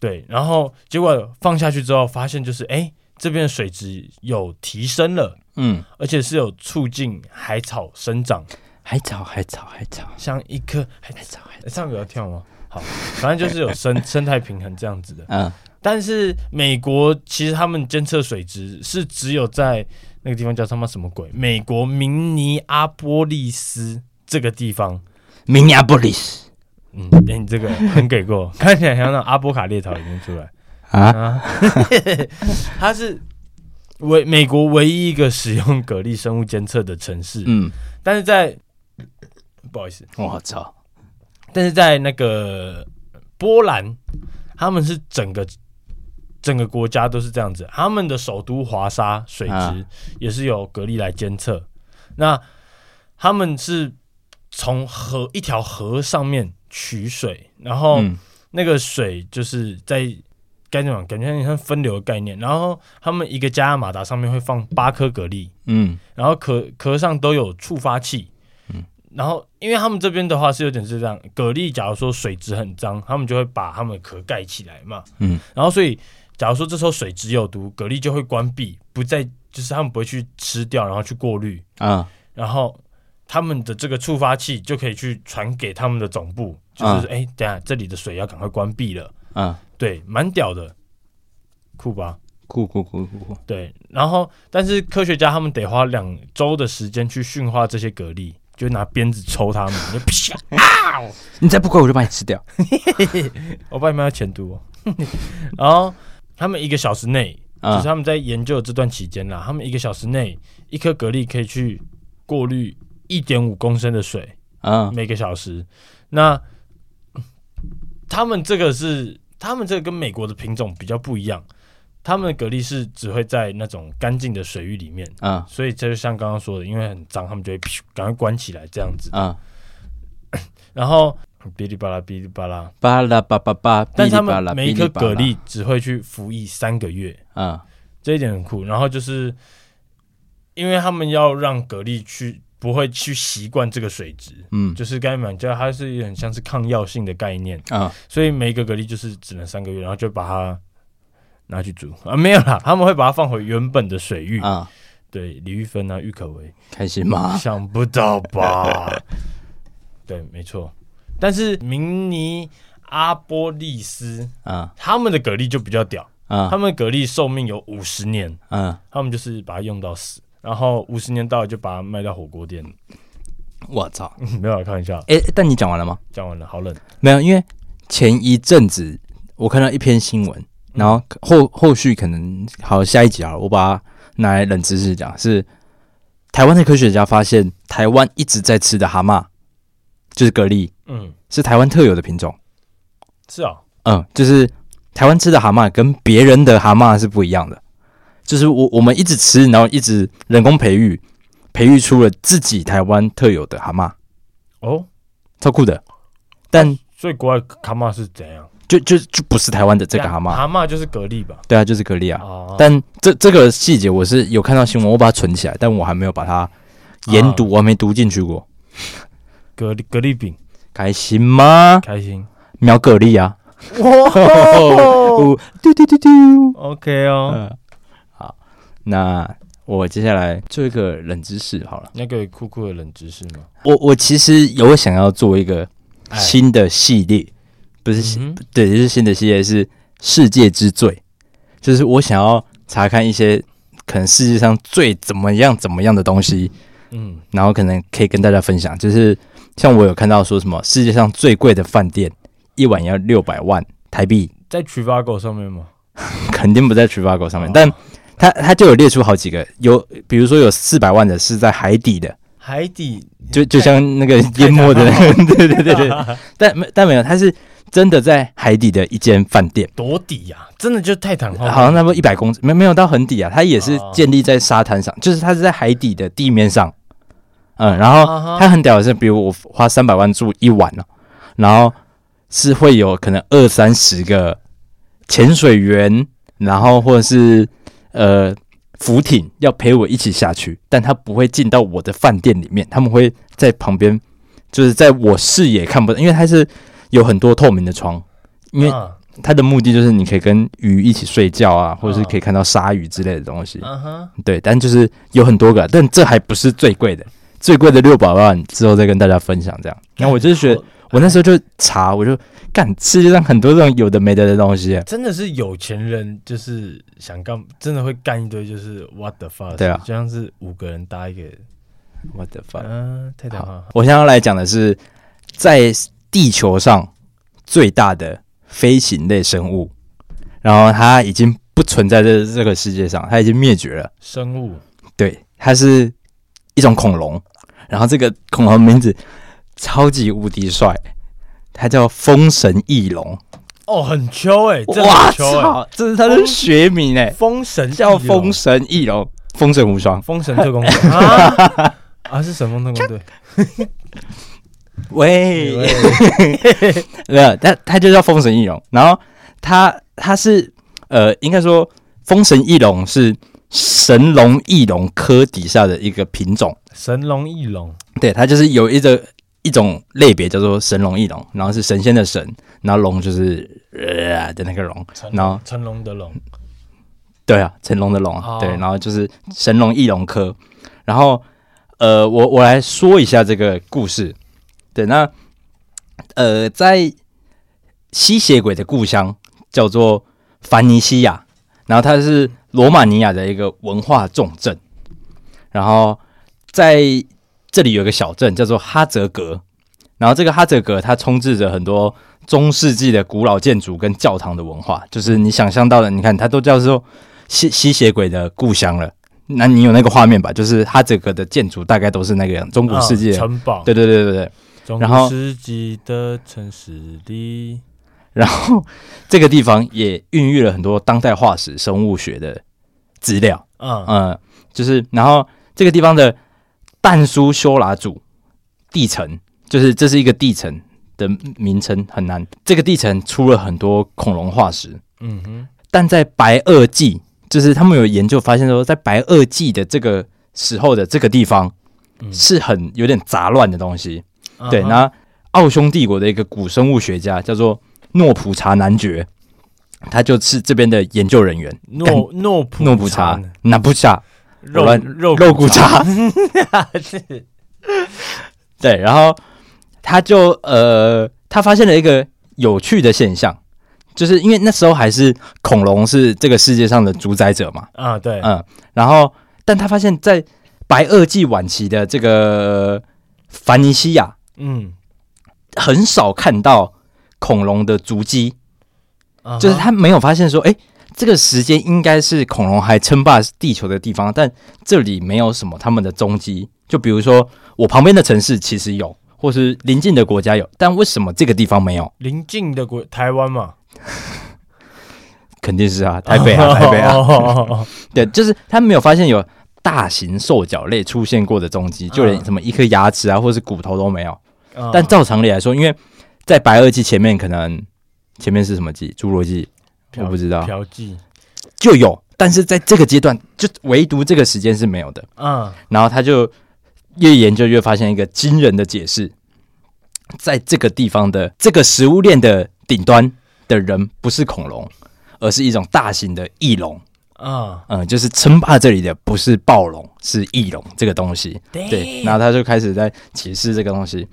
Speaker 2: 对，然后结果放下去之后，发现就是哎、诶这边的水质有提升了，
Speaker 1: 嗯，
Speaker 2: 而且是有促进海草生长。
Speaker 1: 还早还早还早
Speaker 2: 像一颗，还
Speaker 1: 还早还早，
Speaker 2: 唱歌要跳吗？好，反正就是有生 生态平衡这样子的。
Speaker 1: 嗯
Speaker 2: 但是美国其实他们监测水质是只有在那个地方叫他妈什么鬼？美国明尼阿波利斯这个地方。
Speaker 1: ，Minneapolis
Speaker 2: 嗯，哎、你这个很给过， 看起来像那种阿波卡列岛已经出来
Speaker 1: 啊，
Speaker 2: 啊。 它是唯美国唯一一个使用蛤蜊生物监测的城市，
Speaker 1: 嗯，
Speaker 2: 但是在不好意思，
Speaker 1: 我操，
Speaker 2: 但是在那个波兰，他们是整个整个国家都是这样子，他们的首都华沙水
Speaker 1: 啊
Speaker 2: 质也是由格力来监测。那他们是从河一条河上面取水，然后
Speaker 1: 嗯
Speaker 2: 那个水就是在该怎么讲，感觉有点像分流的概念。然后他们一个加压马达上面会放八颗蛤蜊，
Speaker 1: 嗯
Speaker 2: 然后壳壳上都有触发器。
Speaker 1: 嗯
Speaker 2: 然后，因为他们这边的话是有点是这样，蛤蜊假如说水质很脏，他们就会把它们的壳盖起来嘛。
Speaker 1: 嗯，
Speaker 2: 然后所以假如说这时候水质有毒，蛤蜊就会关闭，不再就是他们不会去吃掉，然后去过滤，
Speaker 1: 啊
Speaker 2: 然后他们的这个触发器就可以去传给他们的总部，就是哎、等一下这里的水要赶快关闭了。
Speaker 1: 啊，
Speaker 2: 对，蛮屌的，酷吧？
Speaker 1: 酷酷酷酷酷，
Speaker 2: 对，然后但是科学家他们得花两周的时间去驯化这些蛤蜊，就拿鞭子抽它们，就啪！
Speaker 1: 你再不乖我就把你吃掉。
Speaker 2: 我爸你们要钱读哦。 然后他们一个小时内，就是
Speaker 1: 啊
Speaker 2: 他们在研究这段期间啦，他们一个小时内一颗蛤蜊可以去过滤一点五公升的水，
Speaker 1: 啊
Speaker 2: 每个小时。那他们这个是他们这个跟美国的品种比较不一样，他们的蛤蜊是只会在那种干净的水域里面。
Speaker 1: 啊
Speaker 2: 所以这就像刚刚说的，因为很脏，他们就会 噗赶快关起来这样子。
Speaker 1: 啊！
Speaker 2: 然后哔哩吧啦哔哩吧啦，
Speaker 1: 巴拉巴巴巴，
Speaker 2: 但是他
Speaker 1: 哔哩巴拉
Speaker 2: 们每一
Speaker 1: 哔哩
Speaker 2: 颗
Speaker 1: 巴拉
Speaker 2: 蛤蜊只会去服役三个月，
Speaker 1: 啊
Speaker 2: 这一点很酷。然后就是因为他们要让蛤蜊去不会去习惯这个水质，
Speaker 1: 嗯
Speaker 2: 就是刚才讲，就它是有点像是抗药性的概念，
Speaker 1: 啊
Speaker 2: 所以每一个蛤蜊就是只能三个月，然后就把它。拿去煮啊，没有啦，他们会把它放回原本的水域。
Speaker 1: 啊，
Speaker 2: 对，李玉芬啊，郁可唯，
Speaker 1: 开心吗？
Speaker 2: 想不到吧？ 对，没错。但是明尼阿波利斯
Speaker 1: 啊
Speaker 2: 他们的蛤蜊就比较屌，
Speaker 1: 啊
Speaker 2: 他们的蛤蜊寿命有五十年，
Speaker 1: 啊！
Speaker 2: 他们就是把它用到死，然后五十年到了就把它卖到火锅店。
Speaker 1: 我操！
Speaker 2: 没有啦，开玩笑，
Speaker 1: 哎，但你讲完了吗？
Speaker 2: 讲完了，好冷。
Speaker 1: 没有，因为前一阵子我看到一篇新闻，
Speaker 2: 嗯
Speaker 1: 然后后后续可能好下一集好了，我把它拿来冷知识讲，是台湾的科学家发现，台湾一直在吃的蛤蟆就是蛤蜊，
Speaker 2: 嗯，
Speaker 1: 是台湾特有的品种。
Speaker 2: 是啊、
Speaker 1: 嗯，就是台湾吃的蛤蟆跟别人的蛤蟆是不一样的，就是我我们一直吃，然后一直人工培育，培育出了自己台湾特有的蛤蟆，
Speaker 2: 哦，哦，
Speaker 1: 超酷的。但
Speaker 2: 所以国外蛤蟆是怎样？
Speaker 1: 就就就不是台湾的这个蛤蟆，
Speaker 2: 蛤蟆就是蛤蜊吧？
Speaker 1: 对啊，就是蛤蜊啊。
Speaker 2: 啊哦，
Speaker 1: 但这这个细节我是有看到新闻，我把它存起来，但我还没有把它研
Speaker 2: 啊
Speaker 1: 读，我还没读进去过。
Speaker 2: 蛤蜊蛤蜊饼
Speaker 1: 开心吗？
Speaker 2: 开心。
Speaker 1: 秒蛤蜊啊！
Speaker 2: 哇
Speaker 1: 哦，丢丢丢丢。
Speaker 2: ，OK 哦，
Speaker 1: 嗯，好，那我接下来做一个冷知识好了。
Speaker 2: 那个酷酷的冷知识吗？
Speaker 1: 我我其实有想要做一个
Speaker 2: 哎
Speaker 1: 新的系列，不是新、
Speaker 2: 嗯哼
Speaker 1: 对，就是新的系列是世界之最，就是我想要查看一些可能世界上最怎么样怎么样的东西，
Speaker 2: 嗯，
Speaker 1: 然后可能可以跟大家分享，就是像我有看到说什么世界上最贵的饭店一晚要六百万台币，
Speaker 2: 在 Trivago 上面吗？
Speaker 1: 肯定不在 Trivago 上面，
Speaker 2: 哦
Speaker 1: 但它它就有列出好几个，有比如说有四百万的是在海底的，
Speaker 2: 海底
Speaker 1: 就就像那个淹没的那个， 对对对对，但没但没有，它是真的在海底的一间饭店。
Speaker 2: 多底呀、真的就泰坦号
Speaker 1: 好像差不多一百公尺，没没有到很底啊，它也是
Speaker 2: 哦
Speaker 1: 建立在沙滩上，就是它是在海底的地面上，嗯，然后
Speaker 2: 啊哈
Speaker 1: 它很屌的是，比如我花三百万住一晚了、然后是会有可能二三十个潜水员，然后或者是呃浮艇要陪我一起下去，但他不会进到我的饭店里面，他们会在旁边，就是在我视野看不到，因为它是有很多透明的窗，因为
Speaker 2: 啊
Speaker 1: 它的目的就是你可以跟鱼一起睡觉啊，或者是可以看到鲨鱼之类的东西。
Speaker 2: 嗯哼，
Speaker 1: 对，但就是有很多个，但这还不是最贵的，最贵的六百万之后再跟大家分享这样。然后我就是觉
Speaker 2: 哦
Speaker 1: 得，我那时候就查，我就干世界上很多这种有的没的的东西，啊
Speaker 2: 真的是有钱人，就是想干，真的会干一堆，就是 what the fuck，
Speaker 1: 对啊
Speaker 2: 就像是五个人搭一个，
Speaker 1: 我的妈！
Speaker 2: 嗯、泰坦号，
Speaker 1: 我现在要来讲的是，在地球上最大的飞行类生物，然后它已经不存在这这个世界上，它已经灭绝了。
Speaker 2: 生物
Speaker 1: 对，它是一种恐龙，然后这个恐龙名字超级无敌帅，它叫风神翼龙。
Speaker 2: 哦，很秋哎、真的
Speaker 1: 哇
Speaker 2: 很秋哎、
Speaker 1: 操，这是它的学名哎、
Speaker 2: 封神
Speaker 1: 叫
Speaker 2: 翼龙
Speaker 1: 风神翼龙，风神无双。
Speaker 2: 封神特工 队啊啊是神风特工队，
Speaker 1: 喂，没有，它它就叫风神翼龙。然后它它是呃，应该说风神翼龙是神龙翼龙科底下的一个品种。
Speaker 2: 神龙翼龙
Speaker 1: 对，它就是有一种一种类别叫做神龙翼龙，然后是神仙的神，然后龙就是呃的那个龙，
Speaker 2: 成
Speaker 1: 然后
Speaker 2: 成龙的龙
Speaker 1: 对啊，成龙的龙啊，
Speaker 2: 哦
Speaker 1: 对，然后就是神龙翼龙科，然后呃，我我来说一下这个故事，对，那呃，在吸血鬼的故乡叫做凡尼西亚，然后它是罗马尼亚的一个文化重镇，然后在这里有一个小镇叫做哈泽格，然后这个哈泽格它充斥着很多中世纪的古老建筑跟教堂的文化，就是你想象到的，你看它都叫做吸吸血鬼的故乡了。那你有那个画面吧？就是哈泽格的建筑大概都是那个样，中古世纪
Speaker 2: 啊
Speaker 1: 的。
Speaker 2: 城堡，
Speaker 1: 对对对对对，
Speaker 2: 中
Speaker 1: 然后
Speaker 2: 古世纪的城市里，
Speaker 1: 然后这个地方也孕育了很多当代化石生物学的资料，
Speaker 2: 嗯，
Speaker 1: 嗯、就是然后这个地方的淡苏修拉组地层，就是这是一个地层的名称很难，这个地层出了很多恐龙化石，
Speaker 2: 嗯哼，
Speaker 1: 但在白垩纪，就是他们有研究发现说，在白垩纪的这个时候的这个地方
Speaker 2: 嗯
Speaker 1: 是很有点杂乱的东西，
Speaker 2: 啊
Speaker 1: 对，
Speaker 2: 哈
Speaker 1: 那奥匈帝国的一个古生物学家叫做诺普查男爵，他就是这边的研究人员。
Speaker 2: 诺诺普
Speaker 1: 诺普查南普查
Speaker 2: 肉
Speaker 1: 乱
Speaker 2: 肉
Speaker 1: 啊肉骨
Speaker 2: 茶，
Speaker 1: 茶，对，然后他就呃，他发现了一个有趣的现象，就是因为那时候还是恐龙是这个世界上的主宰者嘛，
Speaker 2: 啊，对，
Speaker 1: 嗯，然后但他发现，在白垩纪晚期的这个凡尼西亚，
Speaker 2: 嗯，
Speaker 1: 很少看到恐龙的足迹，
Speaker 2: 啊哈
Speaker 1: 就是他没有发现说，哎、这个时间应该是恐龙还称霸地球的地方，但这里没有什么他们的踪迹。就比如说我旁边的城市其实有，或是邻近的国家有，但为什么这个地方没有？
Speaker 2: 邻近的国台湾嘛，
Speaker 1: 肯定是啊，台北 啊，台 北啊，
Speaker 2: 啊，
Speaker 1: 对，就是他没有发现有大型兽脚类出现过的踪迹，就连
Speaker 2: 嗯
Speaker 1: 什么一颗牙齿啊，或是骨头都没有。
Speaker 2: 啊
Speaker 1: 但照常理来说，因为在白垩纪前面，可能前面是什么纪？侏罗纪
Speaker 2: 嫖
Speaker 1: 我不知道
Speaker 2: 嫖妓，
Speaker 1: 就有，但是在这个阶段，就唯独这个时间是没有的。
Speaker 2: 嗯，
Speaker 1: 然后他就越研究越发现一个惊人的解释，在这个地方的这个食物链的顶端的人不是恐龙，而是一种大型的翼龙。
Speaker 2: 啊，
Speaker 1: 嗯，就是称霸这里的不是暴龙，是翼龙这个东西。对，然后他就开始在解释这个东西。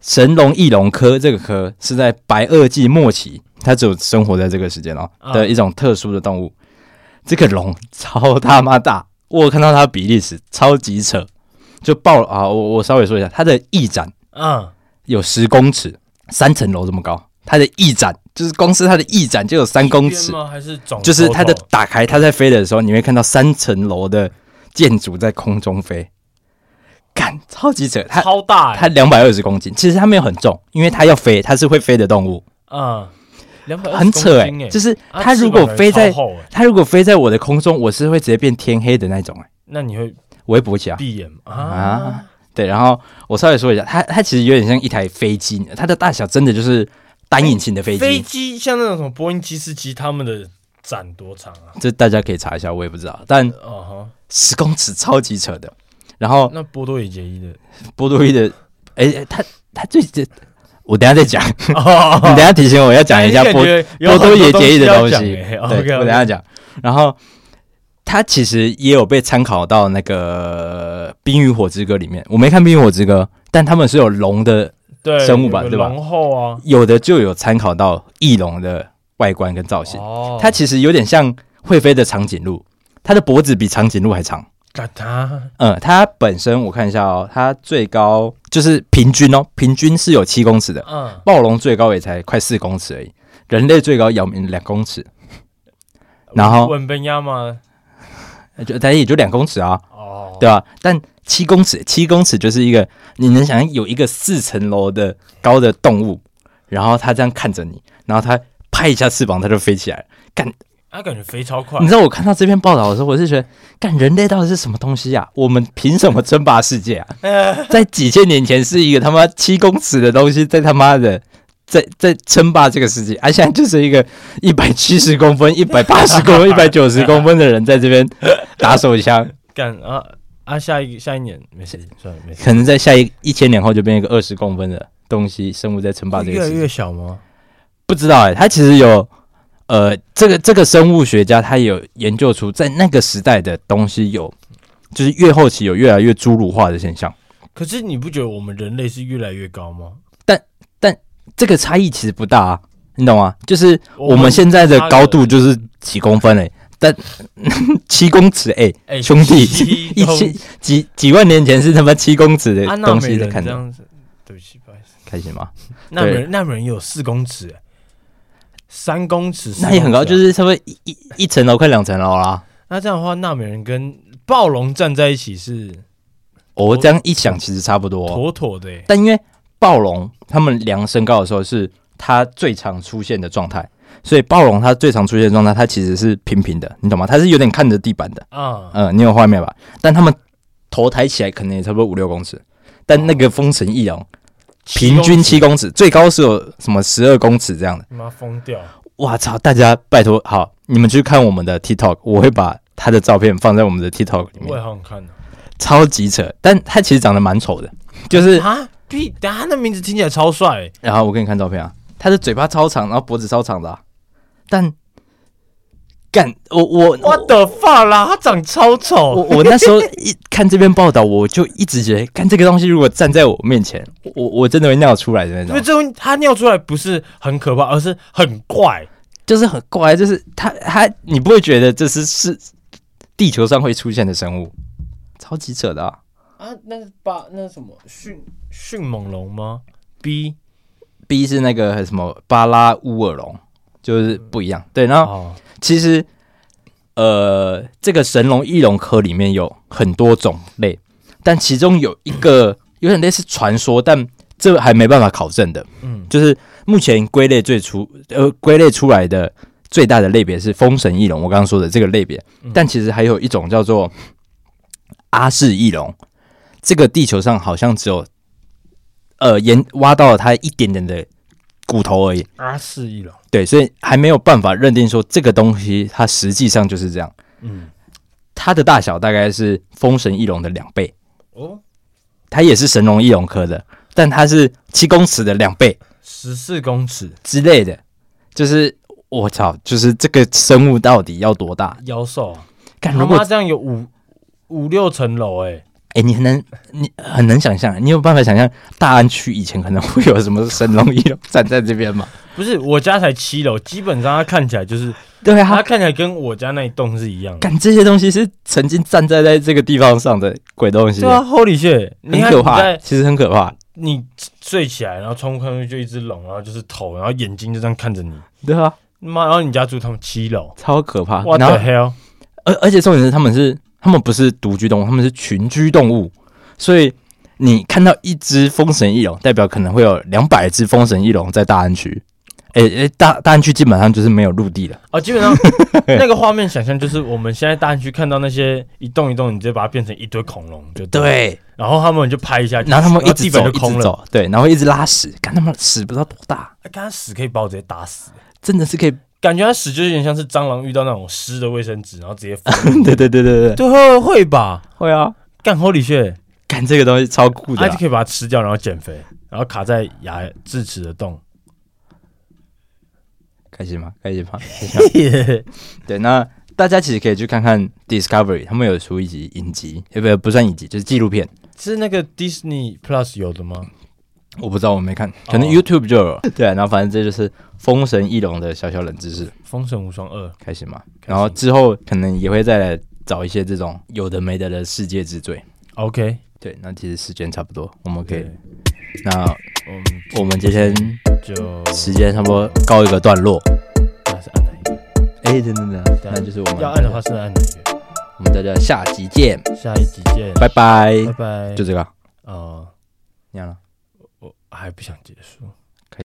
Speaker 1: 神龙翼龙科这个科是在白垩纪末期，它只有生活在这个时间哦
Speaker 2: 啊
Speaker 1: 的一种特殊的动物。这个龙 超他妈大，我有看到它的比例尺超级扯，就暴啊！我我稍微说一下，它的翼展
Speaker 2: 嗯，
Speaker 1: 有十公尺，三层楼这么高。它的翼展就是光是它的翼展就有三公
Speaker 2: 一
Speaker 1: 尺
Speaker 2: 边，吗？还是总
Speaker 1: 就是它的
Speaker 2: 头头
Speaker 1: 打开，它在飞的时候，你会看到三层楼的建筑在空中飞，干超级扯！它
Speaker 2: 超大欸，
Speaker 1: 它两百二十公斤，其实它没有很重，因为它要飞，它是会飞的动物，
Speaker 2: 嗯，两百
Speaker 1: 很扯
Speaker 2: 哎
Speaker 1: 哎、，就是
Speaker 2: 啊
Speaker 1: 它如果飞
Speaker 2: 翅
Speaker 1: 在
Speaker 2: 膀感觉超厚欸
Speaker 1: 它如果飞在我的空中，我是会直接变天黑的那种哎、
Speaker 2: 那你会
Speaker 1: 我会勃起啊。
Speaker 2: 闭眼吗啊
Speaker 1: 啊？对，然后我稍微说一下，它它其实有点像一台飞机，它的大小真的就是单引擎的飞
Speaker 2: 飞
Speaker 1: 机，
Speaker 2: 机像那种什么波音七四七，他们的展多长啊？
Speaker 1: 这大家可以查一下，我也不知道，但
Speaker 2: 哦
Speaker 1: 十公尺超级扯的。然后
Speaker 2: 哈，那波多野结衣 的，
Speaker 1: 波多黎的，哎、他他最这，我等一下再讲，你
Speaker 2: 哦
Speaker 1: 等一下提醒我要讲一下波波多野结衣的东西，哎对，
Speaker 2: OK，
Speaker 1: 我等一下讲。然后他其实也有被参考到那个《冰与火之歌》里面，我没看《冰与火之歌》，但他们是有龙的，
Speaker 2: 对
Speaker 1: 生物吧
Speaker 2: 哦有
Speaker 1: 对吧
Speaker 2: 龙后啊，
Speaker 1: 有的就有参考到翼龙的外观跟造型，
Speaker 2: 哦
Speaker 1: 它其实有点像会飞的长颈鹿，它的脖子比长颈鹿还长。
Speaker 2: 嘎他
Speaker 1: 嗯，它本身我看一下哦，它最高就是平均哦，平均是有七公尺的，
Speaker 2: 嗯，
Speaker 1: 暴龙最高也才快四公尺而已，人类最高姚明两公尺，然后呃
Speaker 2: 稳本亚吗？
Speaker 1: 就但也就两公尺啊，
Speaker 2: 哦，
Speaker 1: 对吧、但七公尺，七公尺就是一个你能想象有一个四层楼的高的动物，然后它这样看着你，然后它拍一下翅膀，它就飞起来了。
Speaker 2: 它感觉飞超快
Speaker 1: 你，知道我看到这篇报道的时候，我是觉得，干人类到底是什么东西啊？我们凭什么称霸世界啊？在几千年前是一个他妈七公尺的东西，在他妈的在在称霸这个世界，而、现在就是一个一百七十公分、一百八十公分、一百九十公分的人在这边打手枪，
Speaker 2: 干啊啊！下一下一年没事，算了没事。
Speaker 1: 可能在下一一千年后就变一个二十公分的东西生物在称霸这
Speaker 2: 越
Speaker 1: 个
Speaker 2: 来
Speaker 1: 世界。
Speaker 2: 越小吗？
Speaker 1: 不知道哎、他其实有，呃，这个这个生物学家他有研究出，在那个时代的东西有，就是越后期有越来越侏儒化的现象。
Speaker 2: 可是你不觉得我们人类是越来越高吗？
Speaker 1: 这个差异其实不大啊，你懂吗？就是我们现在的
Speaker 2: 差个
Speaker 1: 高度就是几公分哎、但 七公尺哎、
Speaker 2: 哎
Speaker 1: 兄弟
Speaker 2: 七
Speaker 1: 一
Speaker 2: 公
Speaker 1: 千几几万年前是他妈七公尺的
Speaker 2: 啊，纳
Speaker 1: 东
Speaker 2: 美
Speaker 1: 西在
Speaker 2: 人
Speaker 1: 看
Speaker 2: 这
Speaker 1: 的，
Speaker 2: 样子，对不起，不好意思。
Speaker 1: 开心吗？
Speaker 2: 纳美人纳美人有四公尺、欸，三公尺，啊
Speaker 1: 那也很高，就是是差不多一一一层楼快两层楼啦。
Speaker 2: 那这样的话，纳美人跟暴龙站在一起是
Speaker 1: 我这样一想，其实差不多哦、
Speaker 2: 妥妥的、欸。
Speaker 1: 但因为暴龙它们量身高的时候是它最常出现的状态，所以暴龙它最常出现的状态，它其实是平平的，你懂吗？它是有点看着地板的，
Speaker 2: 啊，
Speaker 1: 嗯、你有画面吧？但它们头抬起来可能也差不多五六公尺，但那个风神翼龙
Speaker 2: 七
Speaker 1: 平均
Speaker 2: 公尺
Speaker 1: 七公尺，最高是有什么十二公尺这样的。
Speaker 2: 他妈疯掉！
Speaker 1: 哇操！大家拜托，好，你们去看我们的 TikTok，我会把它的照片放在我们的 TikTok 里
Speaker 2: 我也
Speaker 1: 面，
Speaker 2: 好想看啊呢、
Speaker 1: 超级扯。但它其实长得蛮丑的，就是
Speaker 2: 啊，屁！等下那名字听起来超帅、欸，
Speaker 1: 然后我给你看照片啊，他的嘴巴超长，然后脖子超长的啊、但干我我
Speaker 2: 我
Speaker 1: 我
Speaker 2: 的发啦，他长超
Speaker 1: 我
Speaker 2: 丑，
Speaker 1: 我那时候一看这篇报道，我就一直觉得，干这个东西如果站在我面前，我我真的会尿出来的那
Speaker 2: 因为
Speaker 1: 种，
Speaker 2: 这种他尿出来不是很可怕，而是很怪。
Speaker 1: 就是很怪，就是他他你不会觉得这是是地球上会出现的生物，超级扯的、啊。
Speaker 2: 啊，那是把那是什么迅迅猛龙吗？B
Speaker 1: B 是那个什么巴拉乌尔龙，就是不一样。对，然后
Speaker 2: 哦，
Speaker 1: 其实，呃，这个神龙翼龙科里面有很多种类，但其中有一个有点类似传说，但这还没办法考证的，
Speaker 2: 嗯，
Speaker 1: 就是目前归类最出呃归类出来的最大的类别是风神翼龙，我刚刚说的这个类别
Speaker 2: 嗯，
Speaker 1: 但其实还有一种叫做阿氏翼龙，这个地球上好像只有呃研挖到了它一点点的骨头而已，
Speaker 2: 阿氏翼龙，
Speaker 1: 对，所以还没有办法认定说这个东西它实际上就是这样。
Speaker 2: 嗯，
Speaker 1: 它的大小大概是风神翼龙的两倍，
Speaker 2: 哦，
Speaker 1: 它也是神龙翼龙科的，但它是七公尺的两倍
Speaker 2: 十四公尺，
Speaker 1: 之类的。就是我操，就是这个生物到底要多大？
Speaker 2: 妖兽，
Speaker 1: 看
Speaker 2: 他
Speaker 1: 如果
Speaker 2: 妈这样有五五六层楼哎，
Speaker 1: 哎、你很难，你很难想象，你有办法想象大安区以前可能会有什么神龙翼龙站在这边吗？
Speaker 2: 不是我家才七楼，基本上它看起来就是
Speaker 1: 对
Speaker 2: 它
Speaker 1: 啊，
Speaker 2: 看起来跟我家那一栋是一样的。
Speaker 1: 干这些东西是曾经站在在这个地方上的鬼东西，
Speaker 2: 对啊，Holy shit！
Speaker 1: 很
Speaker 2: 你看
Speaker 1: 可
Speaker 2: 你
Speaker 1: 怕，
Speaker 2: 在
Speaker 1: 其实很可怕。
Speaker 2: 你睡起来，然后窗户看出去就一只龙，然后就是头，然后眼睛就这样看着你。
Speaker 1: 对啊，
Speaker 2: 妈，然后你家住他们七楼
Speaker 1: 超可怕。
Speaker 2: ，What
Speaker 1: 啊然
Speaker 2: the
Speaker 1: 后，
Speaker 2: hell？
Speaker 1: 而而且重点是，他们是他们不是独居动物，他们是群居动物，所以你看到一只风神翼龙，代表可能会有两百只风神翼龙在大安区。诶、诶、大大安区基本上就是没有陆地了，
Speaker 2: 啊，基本 上那个画面想象就是我们现在大安区看到那些一栋一栋，你直接把它变成一堆恐龙，就了，
Speaker 1: 对，
Speaker 2: 然后他们就拍一下，
Speaker 1: 然后他们一直
Speaker 2: 地
Speaker 1: 走，
Speaker 2: 板
Speaker 1: 一
Speaker 2: 就空
Speaker 1: 直
Speaker 2: 了。
Speaker 1: 走，对，然后一直拉屎，看他们屎不知道多大，
Speaker 2: 啊刚刚屎可以把我直接打死，
Speaker 1: 真的是可以，
Speaker 2: 感觉它屎就有点像是蟑螂遇到那种湿的卫生纸，然后直接放。
Speaker 1: 对对对对对，
Speaker 2: 对，会会吧？
Speaker 1: 会啊，
Speaker 2: 干 Holy shit！
Speaker 1: 干这个东西超酷的
Speaker 2: 它就
Speaker 1: 啊、
Speaker 2: 可以把它吃掉，然后减肥，然后卡在牙智齿的洞。
Speaker 1: 开心吗？开心吗？开心吗对，那大家其实可以去看看 Discovery，他们有出一集影集，呃，不不算影集，就是纪录片，
Speaker 2: 是那个 Disney Plus 有的吗？
Speaker 1: 我不知道，我没看，可能
Speaker 2: 哦
Speaker 1: YouTube 就有。对，啊然后反正这就是《封神翼龙》的小小冷知识，
Speaker 2: 《封神无双二》
Speaker 1: 开心吗？
Speaker 2: 开心
Speaker 1: 然后之后可能也会再来找一些这种有的没的的世界之最。
Speaker 2: ，OK，
Speaker 1: 对，那其实时间差不多，我们可以
Speaker 2: 对。
Speaker 1: 那
Speaker 2: 我们
Speaker 1: 我们今天
Speaker 2: 就
Speaker 1: 时间差不多告一个段落。
Speaker 2: 那是按哪一个？
Speaker 1: 哎，等等等，
Speaker 2: 等
Speaker 1: 那
Speaker 2: 下
Speaker 1: 就是我们
Speaker 2: 要按的话是按哪一个？
Speaker 1: 我们大家下集见，
Speaker 2: 下一集见，
Speaker 1: 拜拜。
Speaker 2: 拜拜。
Speaker 1: 就这个啊，
Speaker 2: 呃，
Speaker 1: 你好了。
Speaker 2: 我还不想结束。